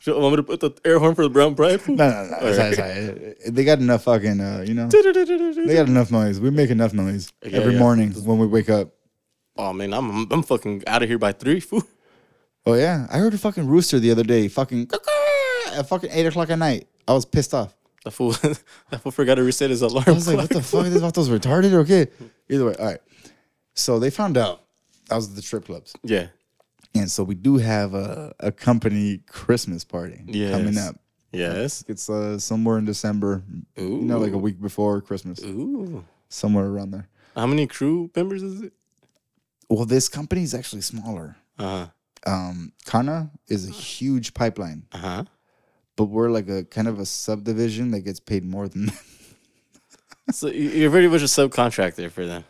B: Should- Want me to put the air horn for the brown pride? fool?
C: no, no, no. Sorry, sorry. They got enough fucking, uh, you know, they got enough noise. We make enough noise
B: Yeah,
C: every
B: yeah.
C: morning when we wake up.
B: Oh man, I'm I'm fucking out of here by three. Fool.
C: Oh, yeah. I heard a fucking rooster the other day, fucking <laughs> at fucking eight o'clock at night. I was pissed off.
B: That fool. <laughs> that fool forgot to reset his alarm.
C: I was like, what the fuck? This vatos retarded? Okay. Either way. All right. So they found out I was at the strip clubs.
B: Yeah.
C: And so we do have a, a company Christmas party coming
B: Yes.
C: up.
B: Yes.
C: It's uh, somewhere in December, you know, like a week before Christmas,
B: Ooh.
C: somewhere around there.
B: How many crew members is it?
C: Well, this company is actually smaller.
B: Uh
C: Um, Kana is a huge pipeline,
B: huh. Uh huh.
C: but we're like a kind of a subdivision that gets paid more than that. <laughs>
B: So you- you're pretty much a subcontractor for them.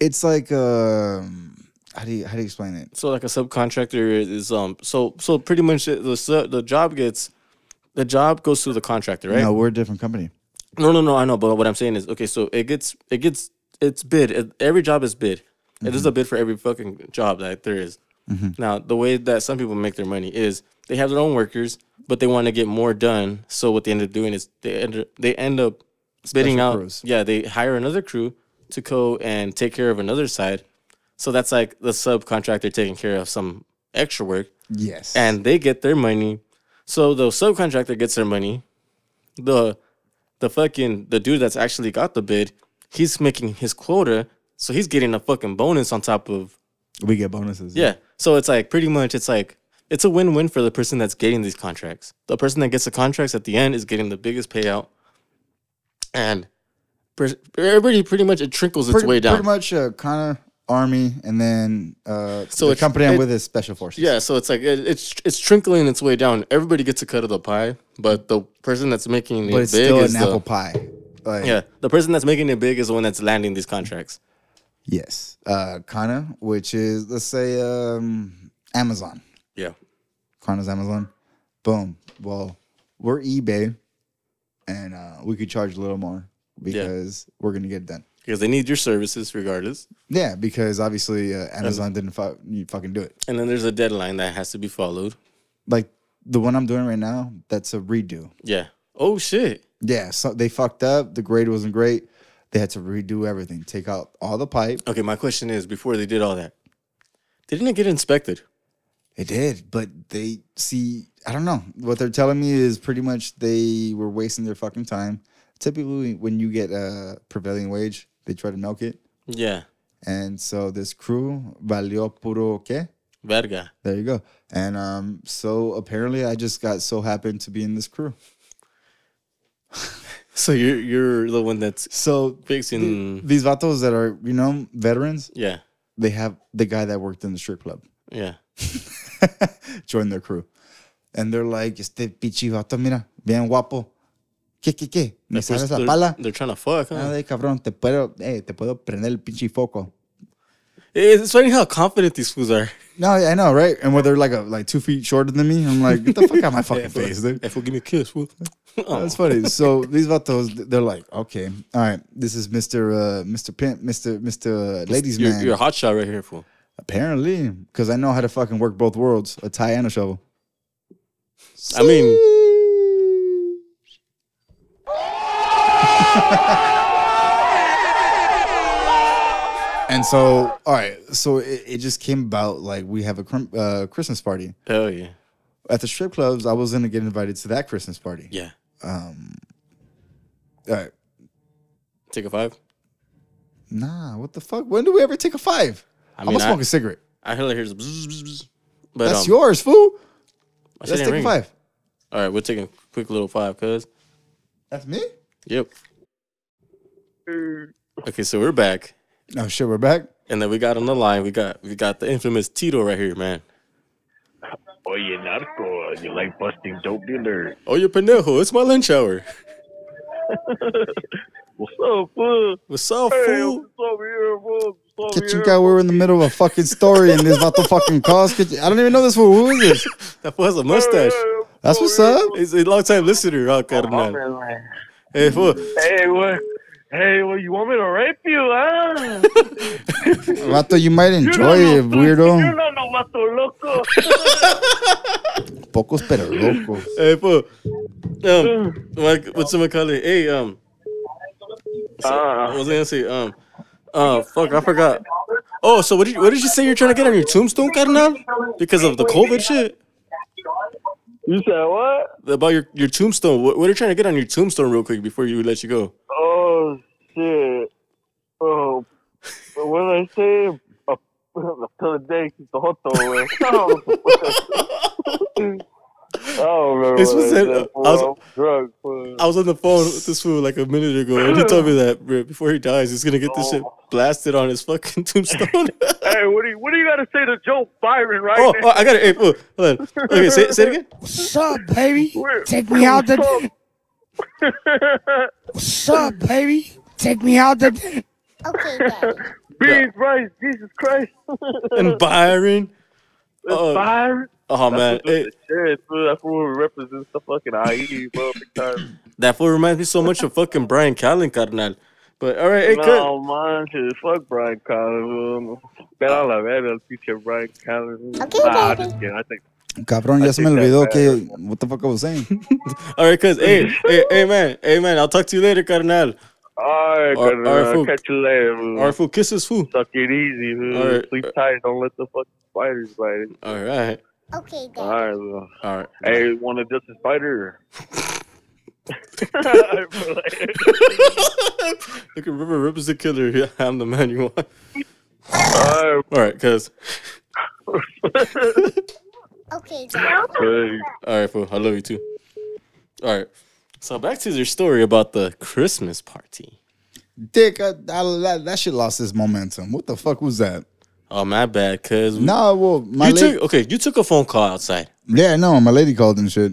C: It's like um, how do you how do you explain it?
B: So like a subcontractor is um. So so pretty much the the, su- the job gets. The job goes through the contractor, right?
C: No, we're a different company.
B: No, no, no. I know, but what I'm saying is, okay, so it gets, it gets, it's bid. It- every job is bid. And There's a
C: Mm-hmm.
B: bid for every fucking job that there is. Now, the way that some people make their money is they have their own workers, but they want to get more done. So what they end up doing is they end up, they end up bidding
C: Special
B: out.
C: crews.
B: Yeah, they hire another crew to go and take care of another side. So that's like the subcontractor taking care of some extra work
C: Yes,
B: and they get their money. So the subcontractor gets their money. The the fucking the dude that's actually got the bid, he's making his quota, so he's getting a fucking bonus on top of
C: we get bonuses.
B: yeah. So it's like pretty much it's like it's a win-win for the person that's getting these contracts. The person that gets the contracts at the end is getting the biggest payout, and per- everybody pretty much it trickles its
C: pretty,
B: way down.
C: Pretty much, uh, Kana Army, and then uh,
B: So
C: so the
B: it's-
C: company I'm
B: it-
C: with is Special Forces.
B: Yeah, so it's like it, it's it's trickling its way down. Everybody gets a cut of the pie, but the person that's making it
C: but it's
B: big
C: still
B: is
C: an apple
B: the,
C: pie. Like,
B: Yeah, the person that's making it big is the one that's landing these contracts.
C: Yes, uh, Kana, which is let's say um, Amazon.
B: Yeah,
C: Klarna's Amazon. Boom. Well, we're eBay, and uh, we could charge a little more because we're gonna get it done.
B: because they need your services regardless.
C: Yeah, because obviously uh, Amazon didn't fu- you fucking do it.
B: And then there's a deadline that has to be followed.
C: Like the one I'm doing right now, that's a redo.
B: Yeah. Oh shit.
C: Yeah, so they fucked up. The grade wasn't great. They had to redo everything. Take out all the pipe.
B: Okay, my question is: before they did all that, didn't it get inspected?
C: It did, but they see. I don't know what they're telling me is pretty much they were wasting their fucking time. Typically, when you get a prevailing wage, they try to milk it.
B: Yeah.
C: And so this crew, Valio Puro Que.
B: Verga.
C: There you go. And um, so apparently I just got so happened to be in this crew.
B: So you're you're the one that's
C: So
B: fixing.
C: these vatos that are, you know, veterans,
B: Yeah.
C: they have the guy that worked in the strip club
B: Yeah.
C: join their crew. And they're like, este pichi vato, mira, bien guapo. ¿Qué, qué, qué? ¿Me sabes la
B: they're,
C: pala? Ah,
B: Ah, they're trying to fuck. Huh?
C: Nada de cabrón, te puedo, eh, te puedo prender el pinche foco.
B: It's funny how confident these fools are.
C: No, I know, right? And where they're like a, like two feet shorter than me, I'm like, get the fuck
B: <laughs>
C: out of my fucking face, dude.
B: Hey, fool, give me a kiss, <laughs> fool. Oh.
C: That's funny. So these vatos, they're like, okay, all right, this is Mister uh, Mister Pimp, Mister Mister Ladies
B: You're,
C: Man.
B: you're a hot shot right here, fool.
C: Apparently, because I know how to fucking work both worlds, a tie and a shovel.
B: I mean,
C: And so, all right, so it, it just came about like we have a crim- uh, Christmas party
B: hell yeah.
C: at the strip clubs. I was gonna get invited to that Christmas party.
B: Yeah.
C: All right,
B: Take a five.
C: nah, what the fuck? When do we ever take a five? I
B: mean,
C: am
B: I-
C: gonna smoke a cigarette.
B: I heard like here's a bzzz, bzzz, bzzz. But,
C: That's
B: um,
C: yours, fool.
B: I
C: Let's
B: shouldn't
C: take a
B: ring.
C: five.
B: All right, we're taking a quick little five, cuz.
C: That's me.
B: Yep.
J: Mm.
B: Okay, so we're back.
C: Oh shit, we're back.
B: And then we got on the line. We got we got the infamous Tito right here, man.
J: Oh, you narco. You like busting dope dealers.
B: Oh, you pendejo. It's my lunch hour.
J: <laughs> What's up, fool?
B: What's up,
J: Hey,
B: fool?
J: what's up here, fool? What's up
C: Get you
J: here?
C: guy, we're in the middle of a fucking story and this about the fucking cause. Get you- I don't even know this fool. Who is this?
B: That fool has a
J: Hey,
B: mustache.
C: That's what's up.
B: It's a long time listener, huh, carnal. Hey, fool.
J: Hey, what? Hey, what? You want me to rape you, huh?
C: Vato, you might
J: You
C: enjoy
J: don't know
C: it,
J: fuck- You
C: weirdo.
J: don't know what to loco.
C: Pocos pero locos.
B: Hey, fool. Um, what, what's my color? Hey, um, I
J: Uh,
B: was gonna say, um, uh, fuck, I forgot. Oh, so what did you, what did you say you're trying to get on your tombstone, carnal? Because of the COVID shit
J: you said what?
B: about your your tombstone. What, what are you trying to get on your tombstone, real quick, before you let you go?
J: Oh shit! Oh, but when I say a day Oh, <laughs> the hot dog. man. <laughs> I don't remember.
B: It's
J: what
B: what
J: I
B: said-
J: said,
B: I was-
J: fool. I'm drunk. fool.
B: I was on the phone with this fool like a minute ago, and he told me that bro, before he dies, he's gonna get this shit blasted on his fucking <laughs> tombstone.
J: Hey, what do you what do you got to say to Joe Byron right
B: oh, oh,
J: now?
B: I got it. Hey, fool, hold on. Okay, say, say it again.
K: What's up, baby?
J: Where-
K: Take me out the. What's up, baby? Take me out the.
F: Okay, Daddy.
J: <laughs> Beans, rice, Jesus Christ,
B: <laughs>
J: <laughs>
B: And Byron. Oh.
J: Byron.
B: Oh man,
J: That's what
B: Hey,
J: the shit, fool. That's what represents the fucking IE, bro. Big time.
B: that fool reminds me so much of fucking Brian Callen, carnal. But all right, hey, cut.
J: No, man, shit, fuck Brian Collins. Bet
B: Uh,
J: I love every future Brian Collins.
F: Okay,
J: nah, I'm
F: baby.
J: just kidding. I think
C: Cabrón, ya se me
J: think
C: olvidó
J: that's
C: que what the fuck I was saying.
B: all right, cuz. <laughs> Hey, hey, hey, man, hey, man. I'll talk to you later, carnal.
J: All
B: All-
J: right, brother,
B: all right,
J: I'll
B: fool.
J: catch you later. fool.
B: All right, fool. Kisses, fool.
J: Suck it easy. fool.
B: All right. uh,
J: Sleep tight. Don't let the fucking spiders bite it.
B: All right,
F: Okay,
J: All
F: Daddy.
J: right, bro.
B: all right.
J: Hey, want a Justice
B: <laughs>
J: Spider? <laughs>
B: Look at River. Rip is the killer. <laughs> Yeah, I'm the man you want.
J: All right,
B: All right, cuz.
F: Okay, Daddy.
J: hey,
B: All right, fool. I love you too. All right. So back to your story about the Christmas party.
C: Dick, I, I, that, that shit lost its momentum. What the fuck was that?
B: Oh, my bad, cuz.
C: Nah, well, my
B: you
C: lady.
B: took okay. You took a phone call outside
C: yeah, no, my lady called and
B: <clears throat>
C: shit.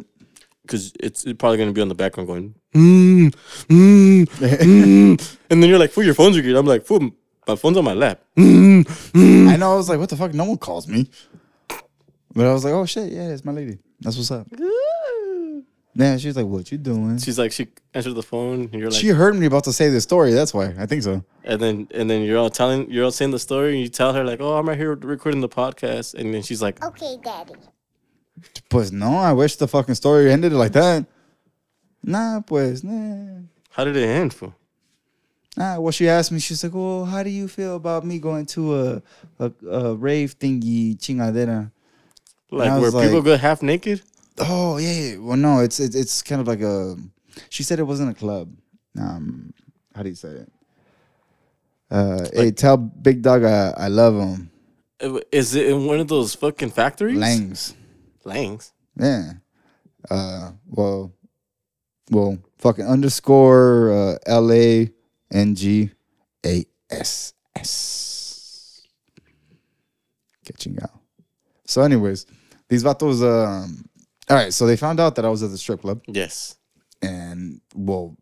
B: because it's it's probably gonna be on the background going, mm, mm, mm. <laughs> and then you're like, "Fool, your phone's ringing." I'm like, "Fool, my phone's on my lap."
C: I know. I was like, what the fuck? No one calls me. But I was like, oh shit, yeah, it's my lady. That's what's up. Yeah, she was like, what you doing?
B: She's like, she answered the phone. And you're like,
C: She heard me about to say this story. That's why I think so.
B: and then and then you're all telling you're all saying the story, and you tell her like, "Oh, I'm right here recording the podcast," and then she's like,
F: Okay, Daddy.
C: Pues no, I wish the fucking story ended like that. Nah, pues nah.
B: "How did it end?" Fool?
C: Nah, well, she asked me, she's like, well, how do you feel about me going to a a, a rave thingy chingadera? I
B: Like where
C: was
B: people
C: like-
B: go half naked.
C: Oh yeah, yeah. well no, it's it's it's kind of like a. She said it wasn't a club. Um, how do you say it? Uh, hey, tell Big Dog I, I love him.
B: Uh, Is it in one of those fucking factories?
C: Langs,
B: Langs.
C: yeah. Uh, well, well, fucking underscore uh, L A N G A S S. Catching out. So, anyways, these vatos. Um, all right, so they found out that I was at the strip club.
B: Yes.
C: and well,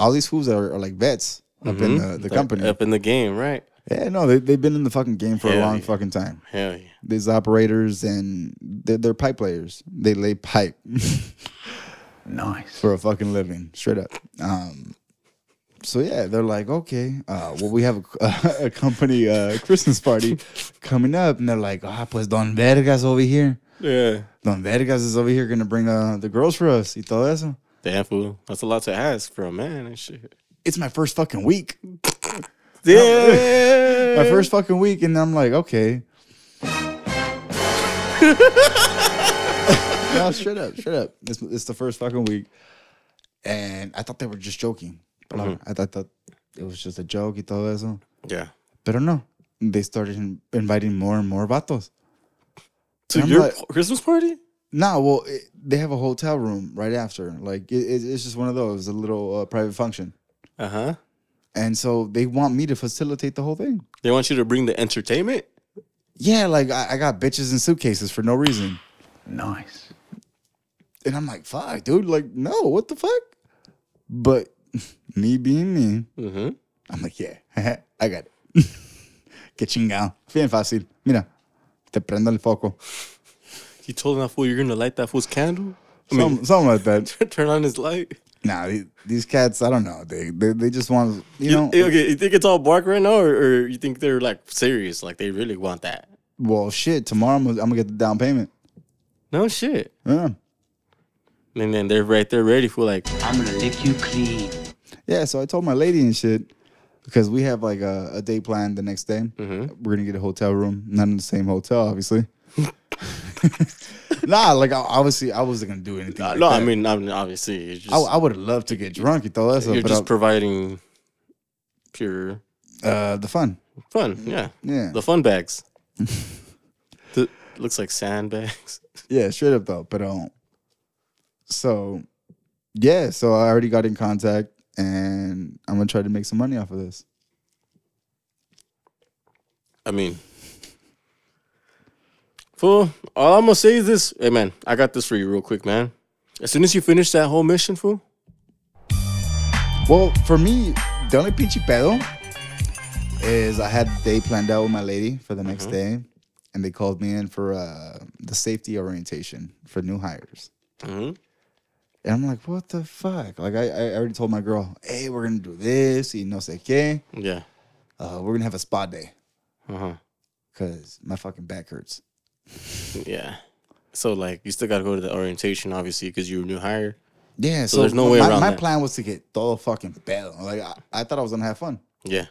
C: all these fools are, are like vets up in the, the
B: Mm-hmm. Like,
C: company.
B: up in the game, right?
C: Yeah, no, they they've been in the fucking game for a
B: Hell
C: long
B: yeah.
C: fucking time.
B: Hell yeah.
C: These operators and they're, they're pipe layers. They
B: <laughs>
C: lay pipe. nice for a fucking living, straight up. Um, so yeah, they're like, okay, uh, well, we have a, <laughs> a company uh, Christmas party coming up, and they're like, ah, pues Don Vergas over here.
B: Yeah.
C: Don Vergas is over here gonna bring uh, the girls for us. Y todo eso.
B: Damn fool. That's a lot to ask for a man and shit.
C: It's my first fucking week. <laughs>
B: Yeah.
C: My first fucking week, and I'm like, okay. no, straight up, straight up. It's, it's the first fucking week, and I thought they were just joking. But I-
B: Mhm.
C: I, thought that it was just a joke y todo eso.
B: Yeah.
C: Pero no, they started in- inviting more and more vatos.
B: To
C: I'm
B: your
C: like-
B: p- Christmas party?
C: No, well, it, they have a hotel room right after. Like it, it, it's just one of those, a little uh, private function.
B: Uh huh.
C: And so they want me to facilitate the whole thing.
B: They want you to bring the entertainment?
C: Yeah, like I, I got bitches in suitcases for no reason. Nice. And I'm like, fuck, dude. Like, no, what the fuck? But <laughs> me being me,
B: Mm-hmm.
C: I'm like, yeah, <laughs> I got it. Que chingado. Bien fácil. Mira, te prendo el foco.
B: You told that fool you're gonna light that fool's candle? <laughs> I
C: Some,
B: mean,
C: something like that.
B: turn on his light.
C: Nah, the- these cats, I don't know. They they, they just want, you,
B: You-
C: know.
B: okay, you think it's all bark right now, or, or you think they're like serious, like they really want that?
C: well, shit, tomorrow I'm, gonna- I'm going to get the down payment.
B: No shit.
C: Yeah.
B: And then they're right there ready for like,
E: I'm gonna lick you clean.
C: Yeah, so I told my lady and shit because we have like a, a day plan the next day.
B: Mm-hmm.
C: We're gonna get a hotel room, not in the same hotel, obviously. <laughs> nah, like I, obviously I wasn't gonna do anything. like
B: no, I
C: that.
B: mean, I mean, obviously, you're just,
C: I, would have loved to get drunk. You throw that
B: you're
C: stuff, but uh,
B: just
C: I-
B: providing pure
C: uh, the fun.
B: fun. Yeah,
C: Yeah,
B: the fun <laughs> bags. the, looks like sandbags.
C: yeah, straight up though. But um, so yeah, so I already got in contact, and I'm gonna try to make some money off of this.
B: I mean, fool. All I'm gonna say is this, hey man, I got this for you real quick, man. As soon as you finish that whole mission, fool,
C: Well, for me, the only pinchy pedo is I had the day planned out with my lady for the next
B: Mm-hmm.
C: day, and they called me in for uh, the safety orientation for new hires.
B: Mhm.
C: And I'm like, what the fuck? Like, I, I already told my girl, hey, we're gonna do this, y no sé qué.
B: yeah,
C: Uh, we're gonna have a spa day
B: uh huh.
C: because my fucking back hurts.
B: Yeah. So like you still gotta go to the orientation, obviously, because you're a new hire.
C: Yeah, so,
B: there's no way
C: my,
B: around
C: My
B: that.
C: plan was to get todo fucking pedo. Like, I, I thought I was gonna have fun.
B: Yeah.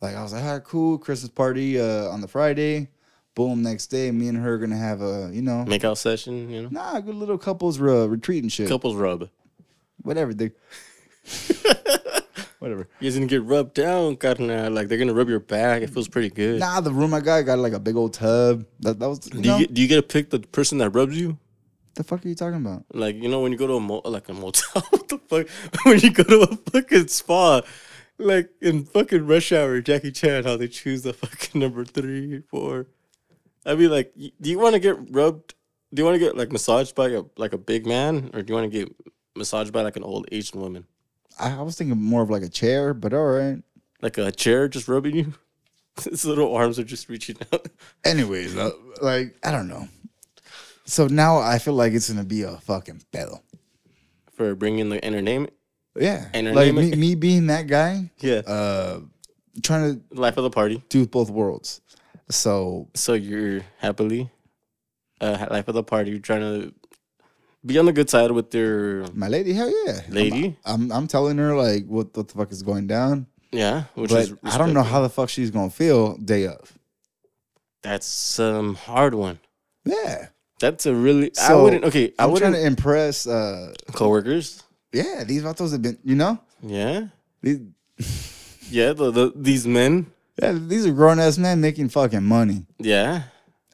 C: Like I was like, all right, cool, Christmas party uh, on the Friday. Boom, next day, me and her are gonna have a, you know,
B: Make out session, you know.
C: nah, a good little couples re- retreat and shit.
B: Couples rub. <laughs>
C: Whatever, dude. Whatever.
B: You're gonna get rubbed down, carnal. Like they're gonna rub your back. It feels pretty good.
C: Nah, the room I got got like a big old tub. That, that was. You
B: Do
C: know?
B: you, get, do you get to pick the person that rubs you?
C: the fuck are you talking about?
B: Like you know when you go to a mo- like a motel, <laughs> what the fuck? when you go to a fucking spa, like in fucking Rush Hour, Jackie Chan, how they choose the fucking number three, four. I mean, like, y- do you want to get rubbed? Do you want to get like massaged by a like a big man, or do you want to get massaged by like an old Asian woman,
C: I, I was thinking more of like a chair, but all right.
B: like a chair just rubbing you? <laughs> His little arms are just reaching out. <laughs>
C: Anyways, uh, like I don't know. So now I feel like it's gonna be a fucking pedo.
B: for bringing the entertainment.
C: Yeah,
B: And her
C: like
B: name-
C: me, me being that guy,
B: Yeah,
C: uh, trying to
B: life of the party.
C: do both worlds. So
B: So you're happily, uh, ha- life of the party. You're trying to be on the good side with your
C: my lady, hell yeah,
B: lady.
C: I'm, I'm I'm telling her like what, what the fuck is going down,
B: yeah, which
C: but
B: is
C: I don't know
B: respectful.
C: how the fuck she's gonna feel day of.
B: That's some hard one.
C: Yeah,
B: That's a really. I
C: So,
B: wouldn't. Okay, I
C: I'm trying
B: wouldn't.
C: to impress. uh
B: coworkers.
C: Yeah, these vatos have been, you know,
B: Yeah,
C: these
B: yeah. The, the these men.
C: yeah, these are grown ass men making fucking money,
B: Yeah,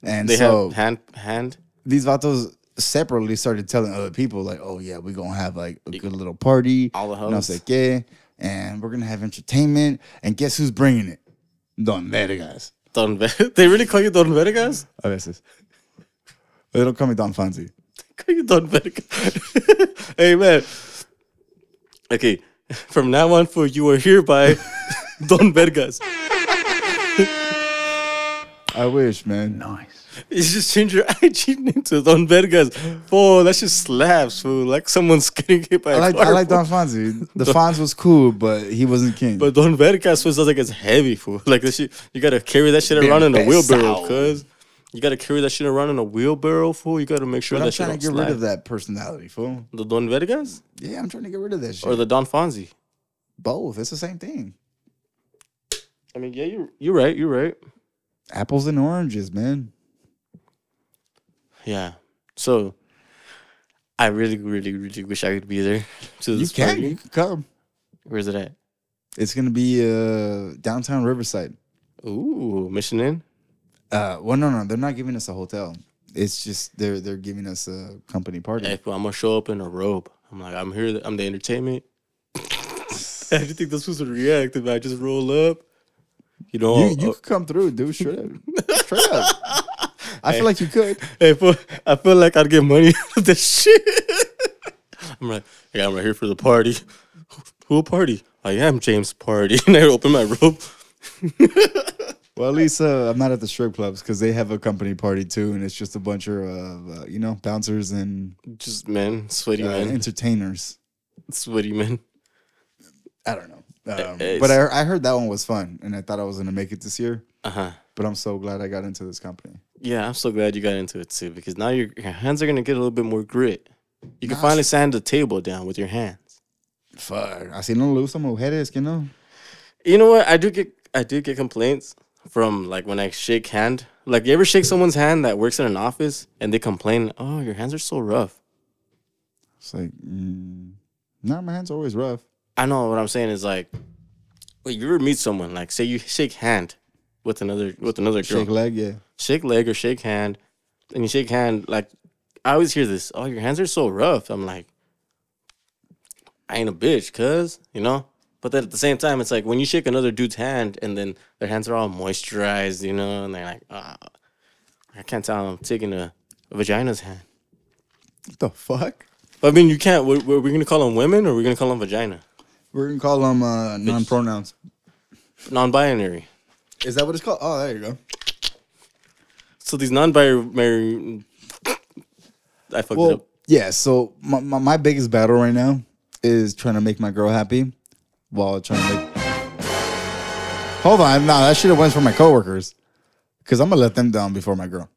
C: and
B: they
C: so
B: have hand hand.
C: these vatos separately started telling other people like, oh yeah, we're gonna have like a good little party,
B: All the
C: no
B: hoes.
C: sé qué, and we're gonna have entertainment, and guess who's bringing it? Don Vergas.
B: Don Ver- <laughs> they really call you Don Vergas.
C: A veces. They don't call me Don Fonzie.
B: Call you Don Vergas. <laughs> hey man. <laughs> Okay, from now on, for you are hereby Don Vergas.
C: I wish, man.
B: Nice. You just change your <laughs> IG name to Don Vergas. Oh, that just slaps, fool. Like someone's <laughs> getting hit by a
C: I like
B: car.
C: I like
B: fool.
C: Don Fonzie. The Fonz was cool, but he wasn't king.
B: But Don Vergas fool sounds like it's heavy, fool. <laughs> Like that shit, you gotta carry that shit
C: Bien
B: around in a wheelbarrow,
C: pesado.
B: cuz. You gotta carry that shit around in a wheelbarrow, fool. You gotta make sure
C: But I'm
B: that shit
C: trying to
B: don't
C: get
B: slide.
C: rid of that personality, fool.
B: The Don Vergas
C: Yeah, I'm trying to get rid of that shit.
B: or the Don Fonzie?
C: Both. It's the same thing.
B: I mean, yeah, you you're right, you're right.
C: Apples and oranges, man.
B: Yeah. So I really, really, really wish I could be there. To
C: You
B: this
C: can.
B: party.
C: You can come.
B: Where's it at?
C: It's gonna be uh downtown Riverside.
B: Ooh, Mission Inn.
C: Uh, well, no, no, they're not giving us a hotel. It's just they're they're giving us a company party.
B: Hey, fool, I'm gonna show up in a robe. I'm like, I'm here. I'm the entertainment. <laughs> I didn't think this was a react if I just roll up. You know,
C: you you
B: uh,
C: could come through, dude.
B: <laughs>
C: Straight up. Straight up. I feel like you could.
B: hey, fool, I feel like I'd get money <laughs> out of this shit. I'm like, yeah, I'm right here for the party. Who a party? I am James Party, <laughs> and I open my robe.
C: Well, at least uh, I'm not at the strip clubs because they have a company party too, and it's just a bunch of uh, uh, you know bouncers and
B: Just men, sweaty
C: uh,
B: men,
C: entertainers.
B: sweaty men.
C: I don't know, um,
B: it's-
C: but I, I heard that one was fun, and I thought I was gonna make it this year.
B: Uh huh.
C: But I'm so glad I got into this company.
B: Yeah, I'm so glad you got into it too because now your, your hands are gonna get a little bit more grit. You can
C: Nah,
B: finally sand the table down with your hands.
C: Fuck, I seen no lose mujeres, you know.
B: You know what? I do get I do get complaints from like when I shake hand. Like you ever shake someone's hand that works in an office and they complain, "Oh, your hands are so rough."
C: It's like, mm, nah, my hands are always rough.
B: I know what I'm saying is like, wait, you ever meet someone like say you shake hand with another with another girl,
C: Shake leg, yeah.
B: shake leg or shake hand, and you shake hand like I always hear this. Oh, your hands are so rough. I'm like, I ain't a bitch, cuz you know. But then at the same time, it's like when you shake another dude's hand and then their hands are all moisturized, you know, and they're like, ah, I can't tell I'm taking a, a vagina's hand.
C: What the fuck?
B: But I mean, you can't. We're, we're, we gonna call them women or we're gonna call them vagina,
C: We're gonna call them uh, non-pronouns.
B: non-binary.
C: Is that what it's called? Oh, there you go.
B: So these non-binary, I fucked it
C: Well,
B: up.
C: yeah. So my, my, my biggest battle right now is trying to make my girl happy while trying to make. Hold on, nah, that should have went for my coworkers, because I'm gonna let them down before my girl.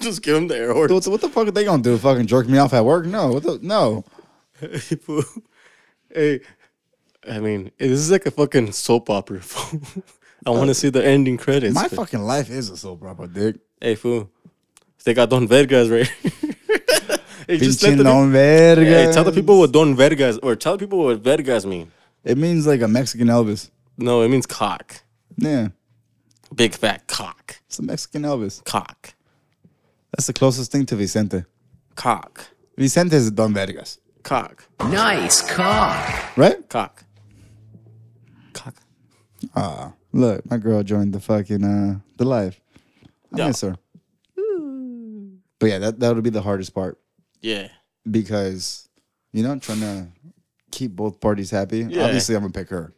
B: Just give them the air horn.
C: Dude, so what the fuck are they gonna do? Fucking jerk me off at work? No, what the no.
B: people. <laughs> Hey, I mean, eh, this is like a fucking soap opera. <laughs> fool. I want to see the ending credits.
C: My
B: but-
C: fucking life is a soap opera, dick.
B: Hey, fool. They got Don Vergas right. <laughs> hey, just let
C: Pinche
B: the peop-
C: non verga.
B: Hey, tell the people what Don Vergas or tell the people what Vergas mean.
C: It means like a Mexican Elvis.
B: No, it means cock.
C: Yeah,
B: Big fat cock.
C: it's a Mexican Elvis.
B: Cock.
C: That's the closest thing to Vicente.
B: Cock.
C: Vicente is Don Vergas,
B: Cock.
E: Nice cock.
C: right?
B: Cock. Cock.
C: Look, my girl joined the fucking uh the live. I
B: Yeah.
C: miss her. But yeah, that that'll be the hardest part
B: Yeah.
C: because you know trying to keep both parties happy.
B: Yeah.
C: Obviously, I'm gonna pick her.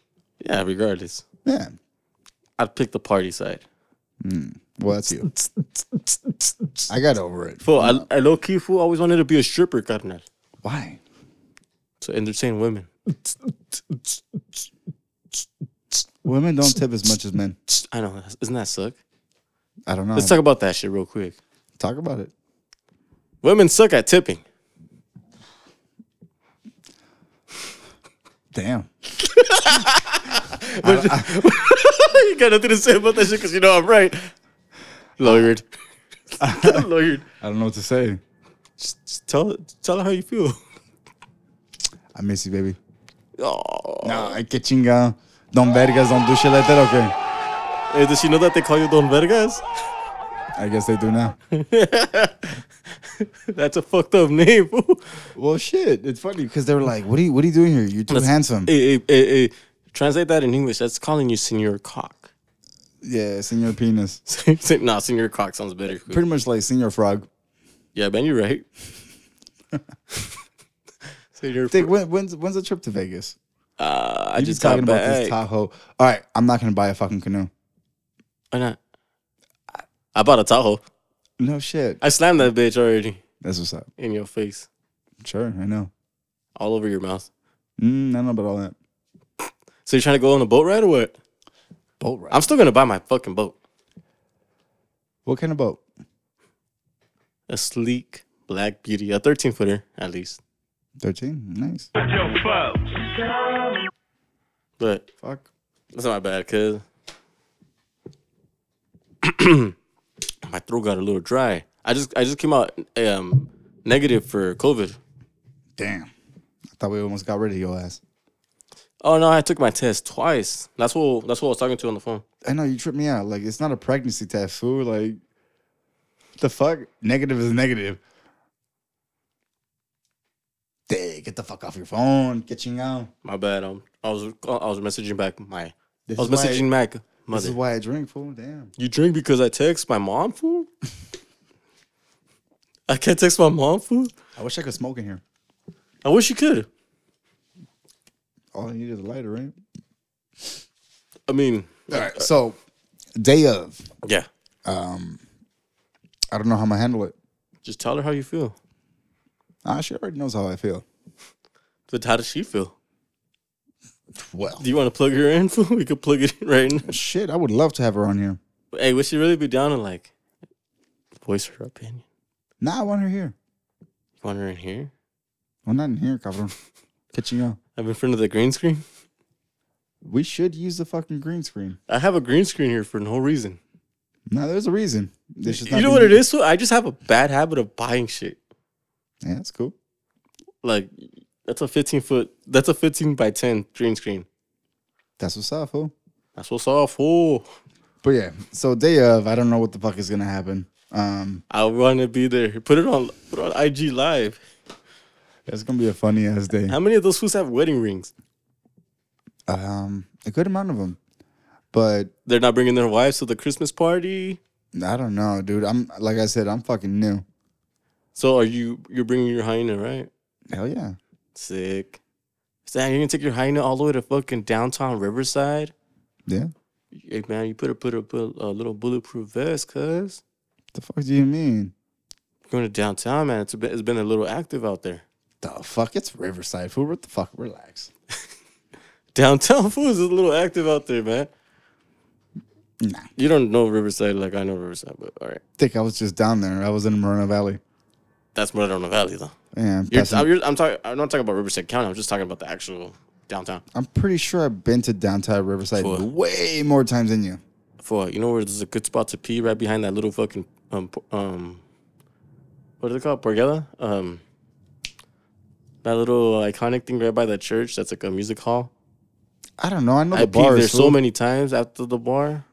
B: Yeah, regardless.
C: Yeah.
B: I'd pick the party side.
C: Well, that's you. I got over it.
B: Fool, I, I low key fool always wanted to be a stripper, carnal.
C: Why?
B: To entertain women.
C: Women don't tip as much as men.
B: I know. that's- Isn't that suck?
C: I don't know.
B: Let's talk about that shit real quick.
C: talk about it.
B: Women suck at tipping. <laughs>
C: Damn.
B: you got nothing to say about that shit because you know I'm
C: <laughs>
B: right. Lawyered. <laughs> Lawyered.
C: I don't know what to say.
B: Just, just tell tell her how you feel. <laughs>
C: I miss you, baby.
B: Oh.
C: Nah, I get chinga. Don vergas don't do shit like that. Okay.
B: Hey, does she know that they call you Don Vergas? <laughs>
C: I guess they do now.
B: That's a fucked up name. fool. <laughs>
C: Well, shit. It's funny because they were like, "What are you? What are you doing here? You're too handsome."
B: hey, hey, hey, hey, translate that in English. That's calling you Senor Cock. <laughs>
C: Yeah, Senor Penis.
B: nah, Senor Cock sounds better. fool.
C: Pretty much like Senor Frog.
B: yeah, man, you're
C: <laughs>
B: right. Senor
C: Dick, when, when's when's the trip to Vegas?
B: uh, I
C: You be
B: just
C: talking
B: got
C: about this
B: back.
C: Tahoe. All right, I'm not gonna buy a fucking canoe
B: Why not? I bought a Tahoe.
C: No shit.
B: I slammed that bitch already
C: That's what's up.
B: in your face,
C: Sure, I know.
B: all over your mouth.
C: Mm, I don't know about all that.
B: So you're trying to go on a boat ride or what?
C: Boat ride.
B: I'm still gonna buy my fucking boat.
C: What kind of boat?
B: A sleek black beauty, a 13 footer at least.
C: 13? Nice.
B: But
C: Fuck.
B: that's not bad, cause <clears throat> my throat got a little dry. I just I just came out um negative for COVID.
C: Damn. I thought we almost got rid of your ass.
B: Oh no, I took my test twice. That's what that's what I was talking to on the phone.
C: I know you tripped me out. Like it's not a pregnancy test, fool. Like the fuck? Negative is negative. Dang, get the fuck off your phone. Get you out.
B: My bad. Um, I was I was messaging back my
C: This
B: I was
C: is why-
B: messaging Mac
C: This
B: mother.
C: is why I drink, fool. Damn.
B: you drink because I text my mom food. I can't text my mom food.
C: I wish I could smoke in here.
B: I wish you could.
C: All I need is a lighter, right?
B: I mean,
C: All right. So day of.
B: yeah.
C: I don't know how I'm gonna handle it.
B: Just tell her how you feel.
C: Ah, she already knows how I feel.
B: But how does she feel?
C: Well
B: Do you want to plug her in? <laughs> fool? we could plug it in right now.
C: Oh, shit, I would love to have her on here.
B: Hey, would she really be down to like voice her opinion?
C: Nah, I want her here.
B: You want her in here?
C: Well not in here, cabrón. Catching out.
B: I'm in front of the green screen.
C: We should use the fucking green screen.
B: I have a green screen here for no reason.
C: No, there's a reason. This just
B: you know what it is? fool? I just have a bad habit of buying shit.
C: Yeah, that's cool.
B: like that's a 15 foot that's a 15 by 10 green screen
C: That's what's up, fool.
B: that's what's off oh
C: But yeah, so day of, I don't know what the fuck is gonna happen. Um,
B: i want to be there put it on put it on ig live
C: it's gonna be a funny ass day.
B: how many of those fools have wedding rings
C: Um, a good amount of them, but
B: they're not bringing their wives to the christmas party
C: I don't know, dude. I'm like I said, I'm fucking new.
B: so are you you're bringing your hyena right
C: Hell yeah,
B: sick Sam, you're gonna take your hyena all the way to fucking downtown riverside
C: yeah.
B: hey man you put a put a, put a little bulletproof vest cuz
C: The fuck do you mean?
B: going to downtown man it's been, it's been a little active out there <laughs>
C: The fuck? It's Riverside, fool. What the fuck? Relax.
B: downtown fools is a little active out there man
C: Nah,
B: You don't know Riverside like I know Riverside, but all right.
C: think I was just down there. I was in Moreno Valley.
B: That's Moreno Valley, though.
C: Yeah,
B: You're,
C: passing-
B: I'm, you're, I'm talking. I'm not talking about Riverside County. I'm just talking about the actual downtown.
C: I'm pretty sure I've been to downtown Riverside
B: Fool.
C: way more times than you.
B: For you know where there's a good spot to pee right behind that little fucking um p- um, what is it called? Porgela. Um, that little iconic thing right by the church. That's like a music hall.
C: I don't know. I know
B: I
C: the
B: peed there
C: bars.
B: so
C: fool.
B: many times after the bar.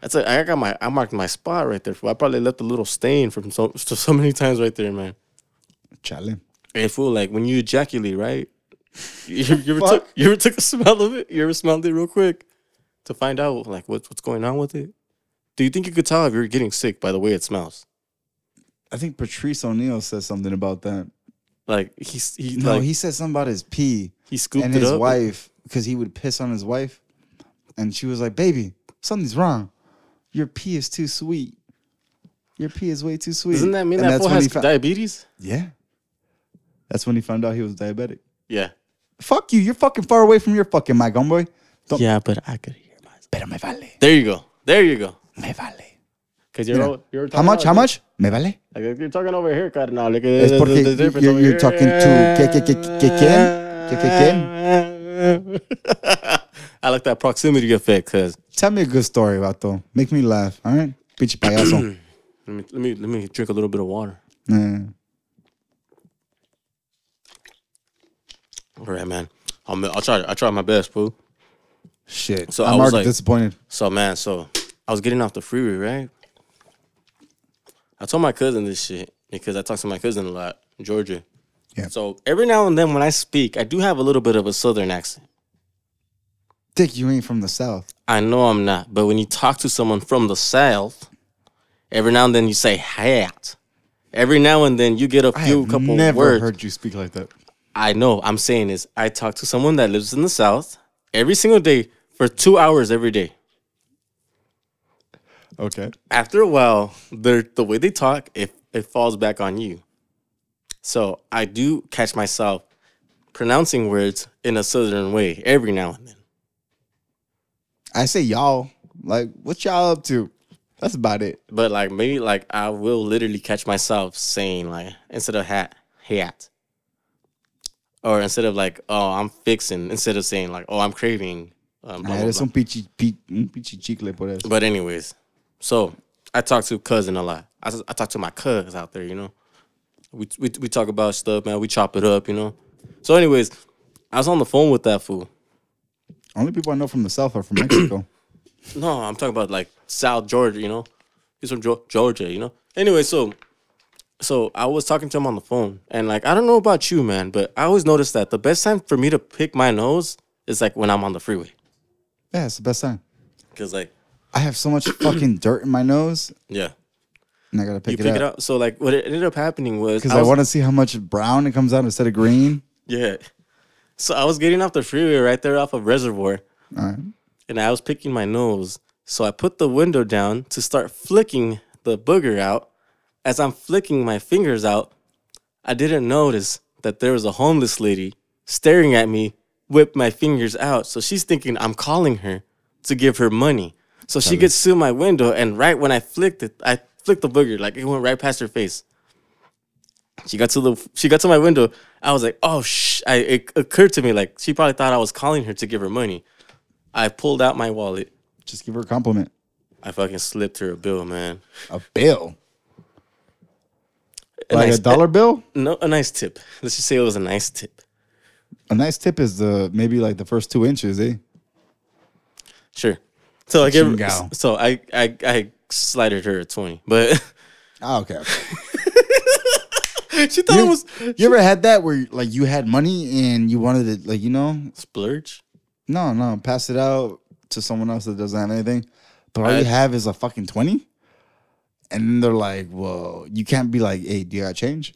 B: That's a, I got my I marked my spot right there. fool. I probably left a little stain from so so so many times right there, man.
C: Chale.
B: It fool, like when you ejaculate, right? You, you ever took
C: Fuck.
B: you ever took a smell of it? You ever smelled it real quick to find out like what's what's going on with it? Do you think you could tell if you're getting sick by the way it smells?
C: I think Patrice O'Neill says something about that.
B: Like he s- he
C: No,
B: like,
C: he
B: he,
C: said something about his pee
B: scooped
C: and
B: it
C: his
B: up.
C: wife because he would piss on his wife, and she was like, "Baby, something's wrong. Your pee is too sweet. Your pee is way too sweet."
B: Doesn't that mean
C: And
B: that fool
C: when
B: has
C: he fou-
B: diabetes?
C: yeah. That's when he found out he was diabetic.
B: Yeah.
C: Fuck you! You're fucking far away from your fucking mic, homeboy. Don't.
B: Yeah, but I could hear myself.
C: Pero me vale.
B: There you go. There you go.
C: Me vale.
B: Cause you're,
C: Mira.
B: all- you're
C: How
B: talking
C: much?
B: out-
C: How much? Me vale.
B: Like, if you're talking over here, cut now. Like,
C: Es porque you're, you're talking to que que que que quién? Que que quién?
B: <laughs> I like that proximity effect, cause
C: Tell me a good story, vato. Make me laugh. All right, bitch
B: <clears throat>
C: payaso.
B: Let me let me let me drink a little bit of water.
C: Yeah.
B: All right, man. I'm, I'll try. I try my best, boo.
C: Shit.
B: So I
C: I'm
B: was
C: already
B: like-
C: disappointed.
B: So man, so I was getting off the freeway, right? I told my cousin this shit because I talk to my cousin a lot, in Georgia.
C: Yeah.
B: So every now and then when I speak, I do have a little bit of a southern accent.
C: Dick, you ain't from the South.
B: I know I'm not, but when you talk to someone from the south, every now and then you say hat. Every now and then you get a
C: I
B: few
C: have
B: couple
C: never
B: words.
C: heard you speak like that.
B: I know. I'm saying is I talk to someone that lives in the South every single day for two hours every day.
C: Okay.
B: After a while, they're, the way they talk, it, it falls back on you. So I do catch myself pronouncing words in a southern way every now and then.
C: I say y'all. Like, what y'all up to? That's about it.
B: But like maybe like I will literally catch myself saying like instead of hat, hat. Or instead of like, oh, I'm fixing, instead of saying like, oh, I'm craving. Um, blah,
C: Ah,
B: blah,
C: eres
B: blah.
C: un pichi, pi, un pichi mm, chicle por eso.
B: But anyways, so I talk to cousin a lot. I, I talk to my cuz out there, you know. We, we we talk about stuff, man. We chop it up, you know. So anyways, I was on the phone with that fool.
C: Only people I know from the South are from Mexico. <clears throat>
B: No, I'm talking about like South Georgia, you know. He's from Geo- Georgia, you know. Anyway, so so I was talking to him on the phone and like I don't know about you, man, but I always notice that the best time for me to pick my nose is like when I'm on the freeway
C: yeah, it's the best time.
B: cuz like
C: I have so much fucking dirt in my nose,
B: yeah,
C: and I gotta pick,
B: you
C: it,
B: pick it
C: up.
B: up. So like what it ended up happening was
C: Because
B: I
C: I,
B: was-
C: want to see how much brown it comes out instead of green.
B: Yeah. So I was getting off the freeway right there off of Reservoir
C: All right.
B: and I was picking my nose. So I put the window down to start flicking the booger out. As I'm flicking my fingers out, I didn't notice that there was a homeless lady staring at me with my fingers out. So she's thinking I'm calling her to give her money. So she gets to my window and right when I flicked it, I flicked the booger like it went right past her face. She got to the she got to my window. I was like, "Oh sh!" I, it occurred to me like she probably thought I was calling her to give her money. I pulled out my wallet.
C: Just give her a compliment.
B: I fucking slipped her a bill, man.
C: A bill.
B: A
C: like
B: nice-
C: a dollar bill?
B: No, a nice tip. Let's just say it was a nice tip.
C: A nice tip is the maybe like the first two inches, eh?
B: Sure. So I give her,
C: Chingo.
B: so I I I slided her a twenty, but <laughs>
C: Ah, okay. okay.
B: she thought it
C: <laughs> you,
B: was
C: you ever had that where like you had money and you wanted to like you know
B: splurge.
C: no no pass it out to someone else that doesn't have anything, but all
B: I-
C: you have is a fucking twenty, and then they're like, "Whoa, you can't be like, hey, do you got change?"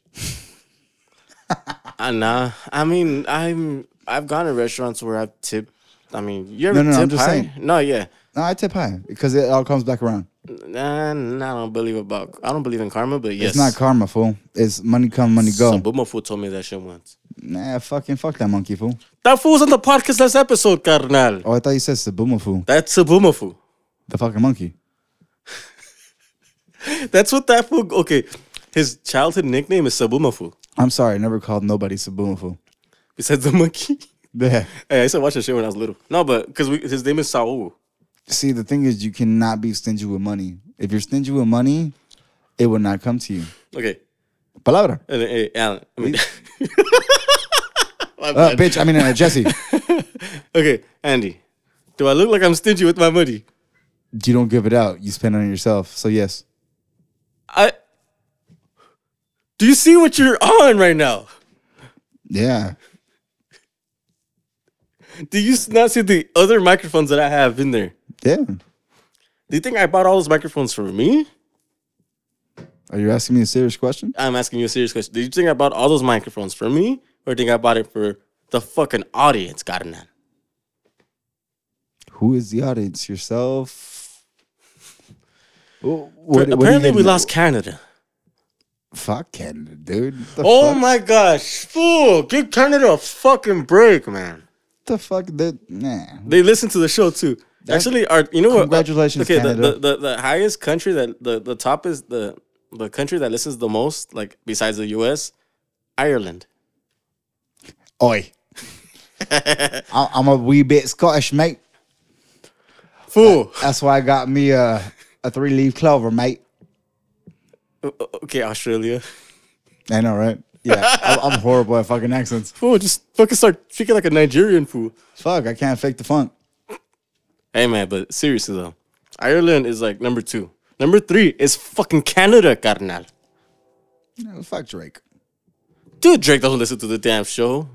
B: Uh, nah, I mean I'm I've gone to restaurants where I've tipped. I mean, you ever
C: No, no,
B: tip
C: I'm just
B: high?
C: saying.
B: No, yeah.
C: No, I tip high because it all comes back around.
B: Nah, nah, I don't believe about. I don't believe in karma, but yes,
C: It's not karma, fool. It's money come, money go.
B: Some Boomer fool told me that shit once.
C: Nah, fucking fuck that monkey fool.
B: That fool's on the podcast last episode, carnal.
C: Oh, I thought you said Sabuma fool,
B: That's a Boomer fool.
C: the fucking monkey.
B: That's what that fool. Okay, his childhood nickname is Sabumafu.
C: I'm sorry, I never called nobody Sabuma fool.
B: Besides the monkey. <laughs>
C: Yeah.
B: hey, I used to watch that shit when I was little. No, but because his name is Saul.
C: See, the thing is, you cannot be stingy with money. If you're stingy with money, it will not come to you.
B: Okay,
C: Palabra.
B: and then, hey, Alan. I mean, My
C: Uh,
B: bad.
C: bitch, I mean, uh,
B: <laughs>
C: Jesse,
B: <laughs> okay, Andy. Do I look like I'm stingy with my money?
C: you don't give it out. You spend it on yourself. So, yes.
B: I. Do you see what you're on right now?
C: Yeah.
B: Do you s- not see the other microphones that I have in there?
C: Yeah.
B: Do you think I bought all those microphones for me?
C: Are you asking me a serious question?
B: I'm asking you a serious question. Do you think I bought all those microphones for me, or do you think I bought it for the fucking audience, Garnan?
C: Who is the audience? Yourself? Wh- what- what are you
B: Apparently, we
C: getting at?
B: lost Canada.
C: Fuck Canada, dude. The
B: Oh
C: fuck?
B: my gosh, fool! Give Canada a fucking break, man.
C: The fuck? That, nah.
B: They listen to the show too. Actually, our you know what? uh,
C: Congratulations,
B: okay, the-
C: Canada.
B: The, the, the highest country that the the top is the the country that listens the most, like besides the U.S., Ireland. <laughs>
C: Oi. I- I'm a wee bit Scottish, mate.
B: Fool.
C: That's why I got me a, a three leaf clover, mate.
B: O- o- Uh, okay, Australia.
C: I know, right? Yeah, I- I'm horrible at fucking accents.
B: Fool, just fucking start speaking like a Nigerian fool.
C: Fuck, I can't fake the funk.
B: Hey man, but seriously though, Ireland is like number two. Number three is fucking Canada, carnal.
C: No, fuck Drake.
B: Dude, Drake doesn't listen to the damn show.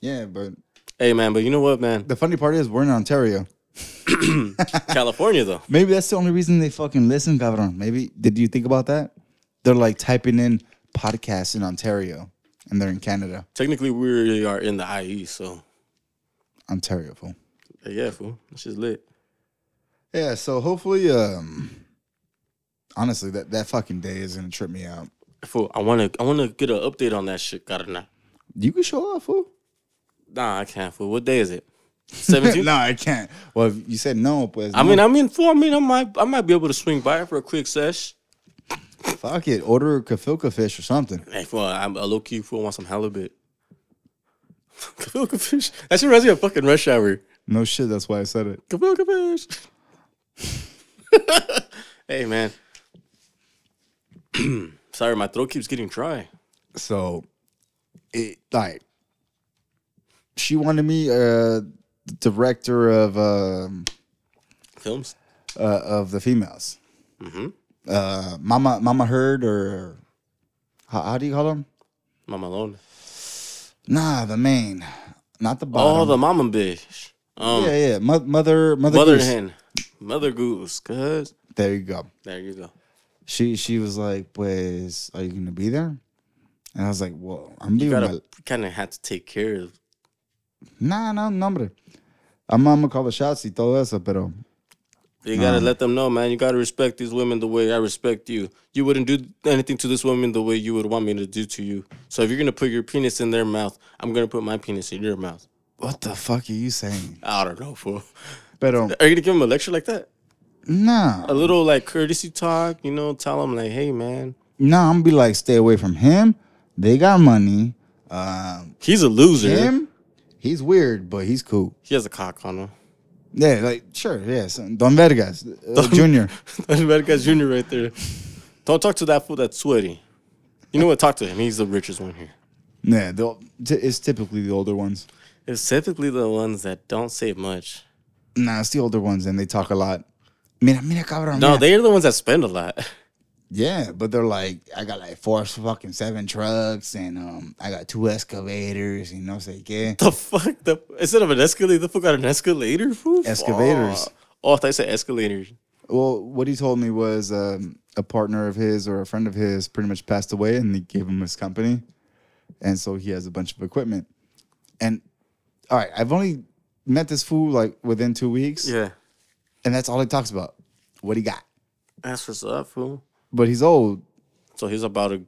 C: Yeah, but
B: Hey man, but you know what,
C: <laughs>
B: man?
C: the funny part is we're in Ontario.
B: California though.
C: Maybe that's the only reason they fucking listen, cabron. Maybe did you think about that? They're like typing in podcasts in Ontario, and they're in Canada,
B: Technically, we really are in the IE, so
C: Ontario. Fool.
B: hey, yeah, fool. This is lit.
C: Yeah, so hopefully, um, honestly, that, that fucking day is gonna trip me out.
B: Fool, I wanna I wanna get an update on that shit, gotta not.
C: You can show up, fool.
B: Nah, I can't fool. What day is it? 17?
C: <laughs> no, I can't. Well, if you said no, but
B: I mean, I mean, fool, I mean, I might I might be able to swing by for a quick sesh.
C: fuck it. Order a kafilka fish or something.
B: Hey, fool, I'm a low key fool want some <laughs> halibut. Kabilka fish. That shit reminds me of fucking rush hour.
C: No shit. That's why I said it.
B: Kabilka fish. <laughs> hey man. <clears throat> Sorry, my throat keeps getting dry.
C: So, it like she wanted me, uh, the director of um,
B: Films.
C: uh, of the females.
B: Mhm.
C: Uh, Mama, Mama Heard, or how, how do you call them?
B: Mama Lone.
C: Nah, the main, not the bottom.
B: Oh, the mama bitch. Um,
C: yeah, yeah, mo- mother, mother,
B: mother
C: goose.
B: hen, mother goose. Cause
C: There you go.
B: there you go.
C: She she was like, "Pues, are you gonna be there?" And I was like, "Well, I'm
B: You
C: leaving."
B: gotta
C: My-
B: kind of have to take care of.
C: nah, no, nombre. I'm, I'm gonna call the shots y todo eso, pero
B: You gotta let them know, man. You gotta respect these women the way I respect you. You wouldn't do anything to this woman the way you would want me to do to you. So if you're gonna put your penis in their mouth, I'm gonna put my penis in your mouth.
C: what the fuck are you saying?
B: I don't know, fool. <laughs>
C: Pero
B: Are you gonna give them a lecture like that?
C: nah,
B: A little like courtesy talk, you know? Tell them like, hey, man,
C: nah, I'm gonna be like, stay away from him. They got money. Um,
B: he's a loser.
C: him, he's weird, but he's cool.
B: He has a cock on him. <laughs>
C: Yeah, like sure, yes. Don Vergas, uh, Junior.
B: America's Junior right there. Don't talk to that fool that's sweaty. You know what? Talk to him. He's the richest one here.
C: Yeah, the- t- it's typically the older ones.
B: It's typically the ones that don't say much.
C: Nah, it's the older ones, and they talk a lot. Mira, mira, cabrón.
B: No,
C: mira.
B: they're the ones that spend a lot. <laughs>
C: Yeah, but they're like, I got like four fucking seven trucks, and um, I got two excavators, and no sé qué.
B: the fuck? The, instead of an escalator, the fool got an escalator, fool?
C: Excavators.
B: Oh, I thought I said escalator.
C: Well, what he told me was um, a partner of his or a friend of his pretty much passed away, and they gave him his company, and so he has a bunch of equipment. And all right, I've only met this fool like within two weeks,
B: Yeah.
C: and that's all he talks about, what he got.
B: That's what's up, fool.
C: But he's old.
B: So he's about to.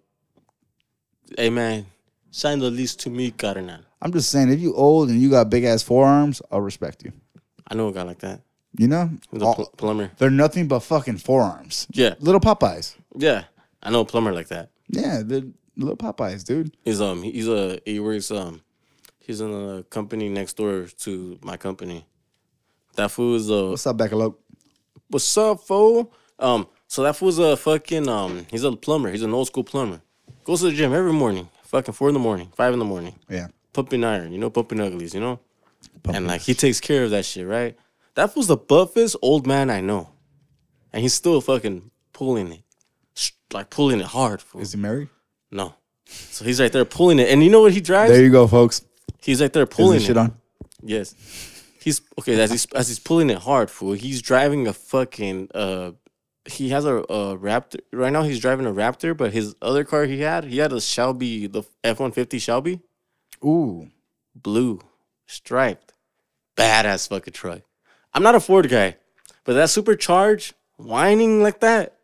B: Hey, man, sign the lease to me, Cardinal.
C: I'm just saying, if you old and you got big ass forearms, I'll respect you.
B: I know a guy like that.
C: You know,
B: He's a
C: All-
B: pl- plumber.
C: they're nothing but fucking forearms.
B: Yeah.
C: Little Popeyes.
B: Yeah. I know a plumber like that.
C: Yeah, the little Popeyes, dude.
B: He's um he's a he works um he's in a company next door to my company. That fool is a
C: What's up, Bacalope?
B: what's up fool? Um so that fool's a fucking um he's a plumber. He's an old school plumber. Goes to the gym every morning, fucking four in the morning, five in the morning,
C: Yeah.
B: pumping iron, you know, pumping uglies, you know. and like he takes care of that shit, right? That fool's the buffest old man I know, and he's still fucking pulling it, Sh- like pulling it hard. Fool.
C: Is he married?
B: No, so he's right there pulling it, and you know what he drives?
C: There you go, folks.
B: He's like they're
C: Is
B: pulling
C: this shit
B: it.
C: on?
B: Yes. He's okay as he's as he's pulling it hard, fool. He's driving a fucking uh he has a, a Raptor. Right now he's driving a Raptor, but his other car he had, he had a Shelby, the F-150 Shelby,
C: Ooh.
B: blue, striped. Badass fucking truck. I'm not a Ford guy, but that supercharged whining like that,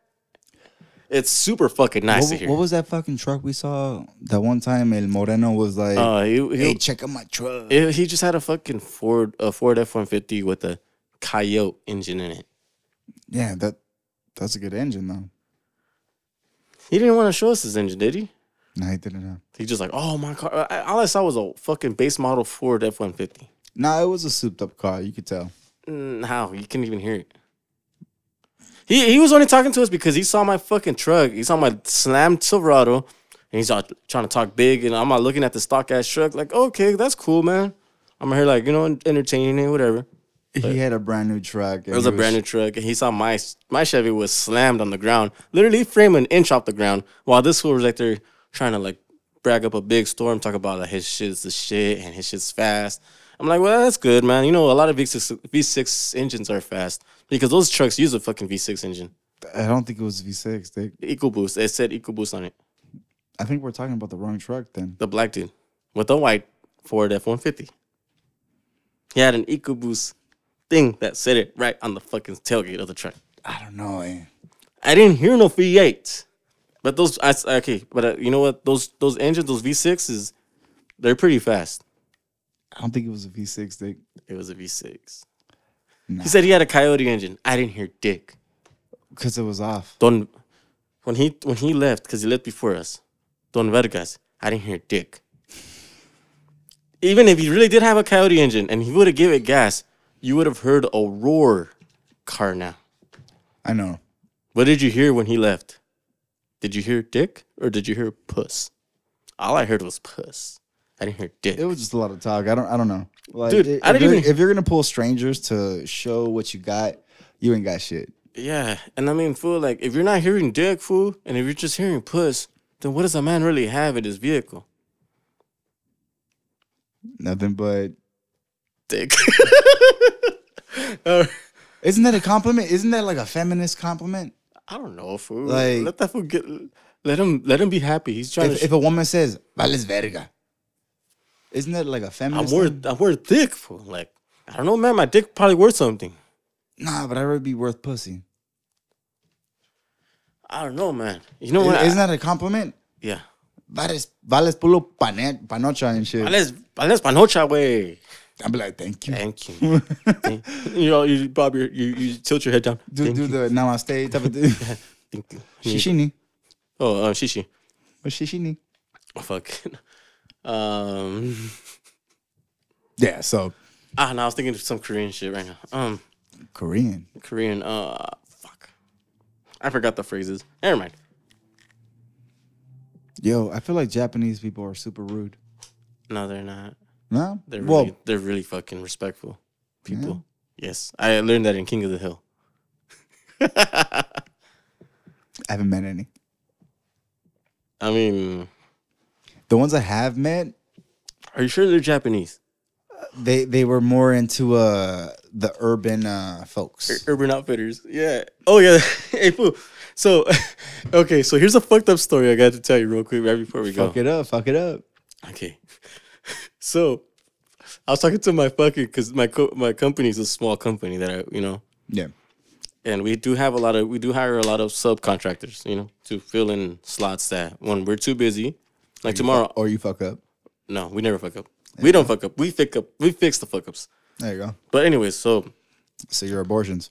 B: it's super fucking nice to
C: What,
B: hear.
C: what was that fucking truck we saw that one time? El Moreno was like,
B: uh, he, he,
C: hey, check out my truck.
B: It, he just had a fucking Ford, a Ford F one fifty with a Coyote engine in it.
C: yeah, that that's a good engine, though.
B: He didn't want to show us his engine, did he?
C: No, he didn't have.
B: He just like, oh my car. I, all I saw was a fucking base model Ford F one fifty. Mm,
C: Nah, it was a souped up car. You could tell.
B: How you couldn't even hear it. He he was only talking to us because he saw my fucking truck. He saw my slammed Silverado, and he's all trying to talk big. And I'm all looking at the stock ass truck, like, okay, that's cool, man. I'm here like you know entertaining it, whatever.
C: He had a brand new truck. and
B: It was
C: he
B: a brand new truck, and he saw my my Chevy was slammed on the ground, literally frame an inch off the ground, while this fool was like there trying to like brag up a big storm, talk about like his shit's the shit and his shit's fast. I'm like, well, that's good, man. You know, a lot of V6 V6 engines are fast because those trucks use a fucking V6 engine,
C: I don't think it was V6. They,
B: EcoBoost. It said EcoBoost on it.
C: I think we're talking about the wrong truck then.
B: The black dude with the white Ford F150. He had an EcoBoost thing that said it right on the fucking tailgate of the truck.
C: I don't know. Eh?
B: I didn't hear no V8. But those, I, s- okay, but uh, you know what? Those those engines, those V6s, they're pretty fast.
C: I don't think it was a V6, Dick.
B: It was a V6. He said he had a Coyote engine. I didn't hear dick.
C: Because it was off.
B: Don, when he when he left, because he left before us, Don Vergas, I didn't hear dick. Even if he really did have a Coyote engine and he would have given it gas, you would have heard a roar, Karna.
C: I know.
B: What did you hear when he left? Did you hear dick or did you hear puss? All I heard was puss. I didn't hear dick.
C: It was just a lot of talk. I don't. I don't know. Like,
B: Dude,
C: i-
B: I
C: if
B: didn't
C: you're-
B: even-
C: If you're gonna pull strangers to show what you got, you ain't got shit.
B: Yeah, and I mean, fool, like if you're not hearing dick, fool, and if you're just hearing puss, then what does a man really have in his vehicle?
C: Nothing but.
B: Dick. <laughs>
C: Isn't that a compliment? Isn't that like a feminist compliment?
B: I don't know, fool.
C: Like-
B: let that fool get, let him, let him be happy. He's trying
C: If,
B: to.
C: if a woman says "vales verga," isn't that like a
B: I'm
C: feminist? thing?
B: worth, I'm worth dick, fool. Like I don't know, man. My dick probably worth something.
C: Nah, but I'd rather be worth pussy.
B: I don't know, man. You know what?
C: Isn't,
B: I-
C: isn't that a compliment?
B: yeah.
C: Vales, vales pulo pane- panocha and shit.
B: Unless, unless panocha way.
C: I'd be like, thank <laughs> you.
B: Thank you. Thank- you know, you bob your, you, you tilt your head down.
C: Do,
B: Thank
C: do
B: you.
C: the namaste type of thing.
B: <laughs>
C: <laughs>
B: Thank you.
C: Shishini.
B: Oh, uh, shishi. Oh,
C: What's shishini?
B: Fuck. <laughs> Um.
C: Yeah, so
B: Ah, no, I was thinking of some Korean shit right now. Um,
C: Korean.
B: Korean. Uh, fuck. I forgot the phrases. Never mind.
C: Yo, I feel like Japanese people are super rude.
B: No, they're not.
C: No?
B: They're
C: well,
B: really, they're really fucking respectful people. Yes, I learned that in King of the Hill. <laughs>
C: I haven't met any.
B: I mean,
C: The ones I have met,
B: are you sure they're Japanese?
C: they they were more into uh the urban uh
B: Ur-
C: folks.
B: Urban Outfitters. Yeah. Oh yeah. <laughs> hey, fool. So, <laughs> okay. So here's a fucked up story I got to tell you real quick right before we go.
C: Fuck it up, fuck it up.
B: Okay. <laughs> So, I was talking to my fucking because my co- my company's a small company that I you know
C: Yeah.
B: and we do have a lot of we do hire a lot of subcontractors, you know, to fill in slots that when we're too busy, like tomorrow.
C: Or you fuck up.
B: No, we never fuck up. We don't fuck up. We fix up. We fix the fuck ups.
C: There you go.
B: But anyways, so
C: So your
B: <laughs>
C: abortions.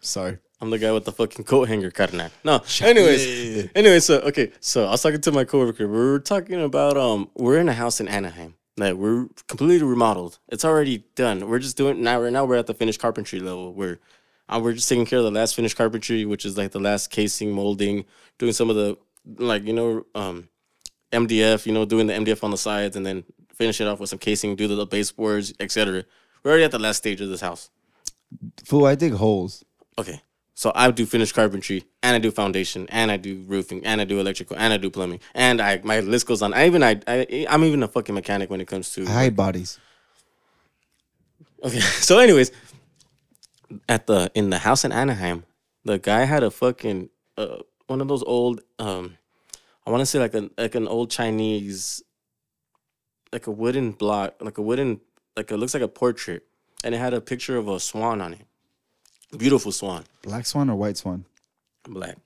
C: Sorry.
B: I'm the guy with the fucking coat hanger carnal. No. Anyways. Anyway, so okay, so I was talking to my coworker. We were talking about um we're in a house in Anaheim. Like we're completely remodeled. It's already done. We're just doing now right now we're at the finished carpentry level where uh, we're just taking care of the last finished carpentry, which is like the last casing, molding, doing some of the like, you know, um MDF, you know, doing the MDF on the sides and then finish it off with some casing, do the, the baseboards, etc. We're already at the last stage of this house.
C: Fool, I dig holes.
B: Okay. So I do finished carpentry and I do foundation and I do roofing and I do electrical and I do plumbing and I my list goes on. I even I, I I'm even a fucking mechanic when it comes to
C: I hide bodies.
B: Okay. <laughs> So anyways, at the in the house in Anaheim, the guy had a fucking uh, one of those old um I want to say like an like an old Chinese like a wooden block, like a wooden like it looks like a portrait and it had a picture of a swan on it. Beautiful swan,
C: Black swan or white swan?
B: black.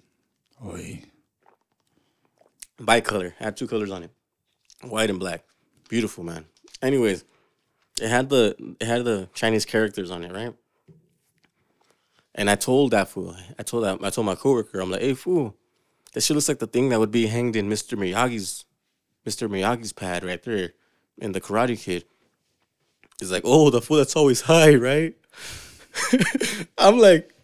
C: Oi.
B: bicolor. Had two colors on it, white and black. Beautiful man. Anyways, it had the it had the Chinese characters on it, right? And I told that fool, I told that I told my coworker, I'm like, hey fool, that shit looks like the thing that would be hanged in Mr. Miyagi's Mr. Miyagi's pad right there in the Karate Kid. He's like, oh, the fool that's always high, right? <laughs> I'm like,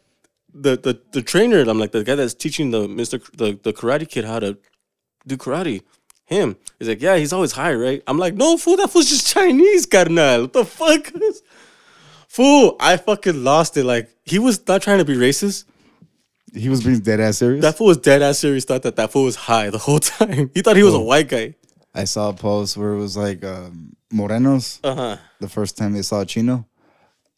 B: the the the trainer, I'm like the guy that's teaching the Mr. K- the, the Karate Kid how to do karate. Him. He's like, yeah, he's always high, right? I'm like, no, fool, that fool's just Chinese, carnal. What the fuck? <laughs> fool, I fucking lost it. Like, he was not trying to be racist.
C: He was being dead ass serious.
B: That fool was dead ass serious, thought that that fool was high the whole <laughs> time. He thought he
C: Oh.
B: was a white guy.
C: I saw a post where it was like um, Morenos
B: Uh-huh.
C: the first time they saw a Chino,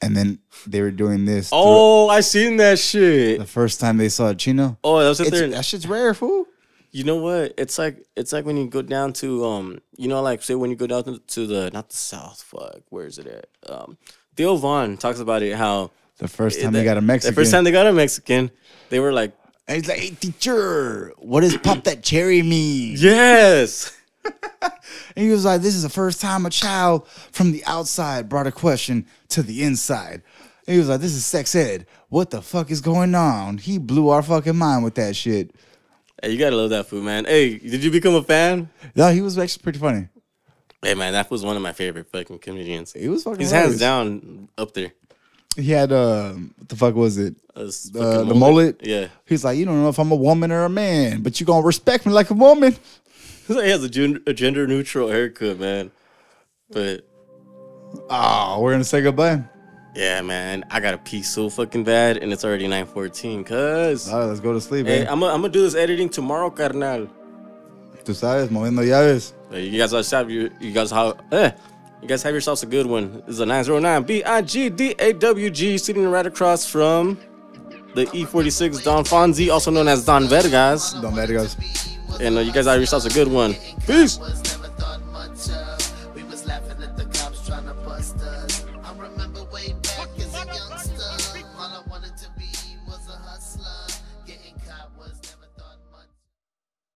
C: and then they were doing this. through-
B: Oh, I seen that shit.
C: <laughs> the first time they saw a Chino.
B: Oh, that was it
C: It's-
B: there.
C: that shit's rare, fool.
B: You know what? It's like it's like when you go down to um, you know, like say when you go down to, to the not the South, fuck, where is it at? Um, Theo Vaughn talks about it how
C: The first time they got a Mexican.
B: The first time they got a Mexican, they were like,
C: And he's like, hey, teacher, what does pop that cherry mean?
B: yes.
C: And he was like, this is the first time a child from the outside brought a question to the inside. And he was like, this is sex ed. What the fuck is going on? He blew our fucking mind with that shit.
B: Hey, you gotta love that food, man. Hey, did you become a fan?
C: No, he was actually pretty funny.
B: Hey, man, that was one of my favorite fucking comedians.
C: He was fucking
B: He's hands
C: hilarious.
B: down up there.
C: He had, uh, what the fuck was it?
B: Us
C: Uh,
B: fucking
C: the mullet.
B: Yeah. <laughs>
C: He's like, you don't know if I'm a woman or a man, but you gonna respect me like a woman.
B: he has a, gen- a gender neutral haircut, man. But
C: Oh, we're gonna say goodbye.
B: yeah, man, I gotta pee so fucking bad, and it's already 9:14. Cuz,
C: All right, let's go to sleep, eh?
B: hey, um,
C: man.
B: I'm gonna do this editing tomorrow, carnal.
C: Tú sabes, moviendo llaves.
B: Hey, You guys guys have you, you guys have eh, you guys have yourselves a good one. This is a 909 B I G D A W G sitting right across from the E46 Don Fonzie, also known as Don Vergas.
C: Don Vergas.
B: And uh, you guys have yourselves a good one. Peace.
A: uh,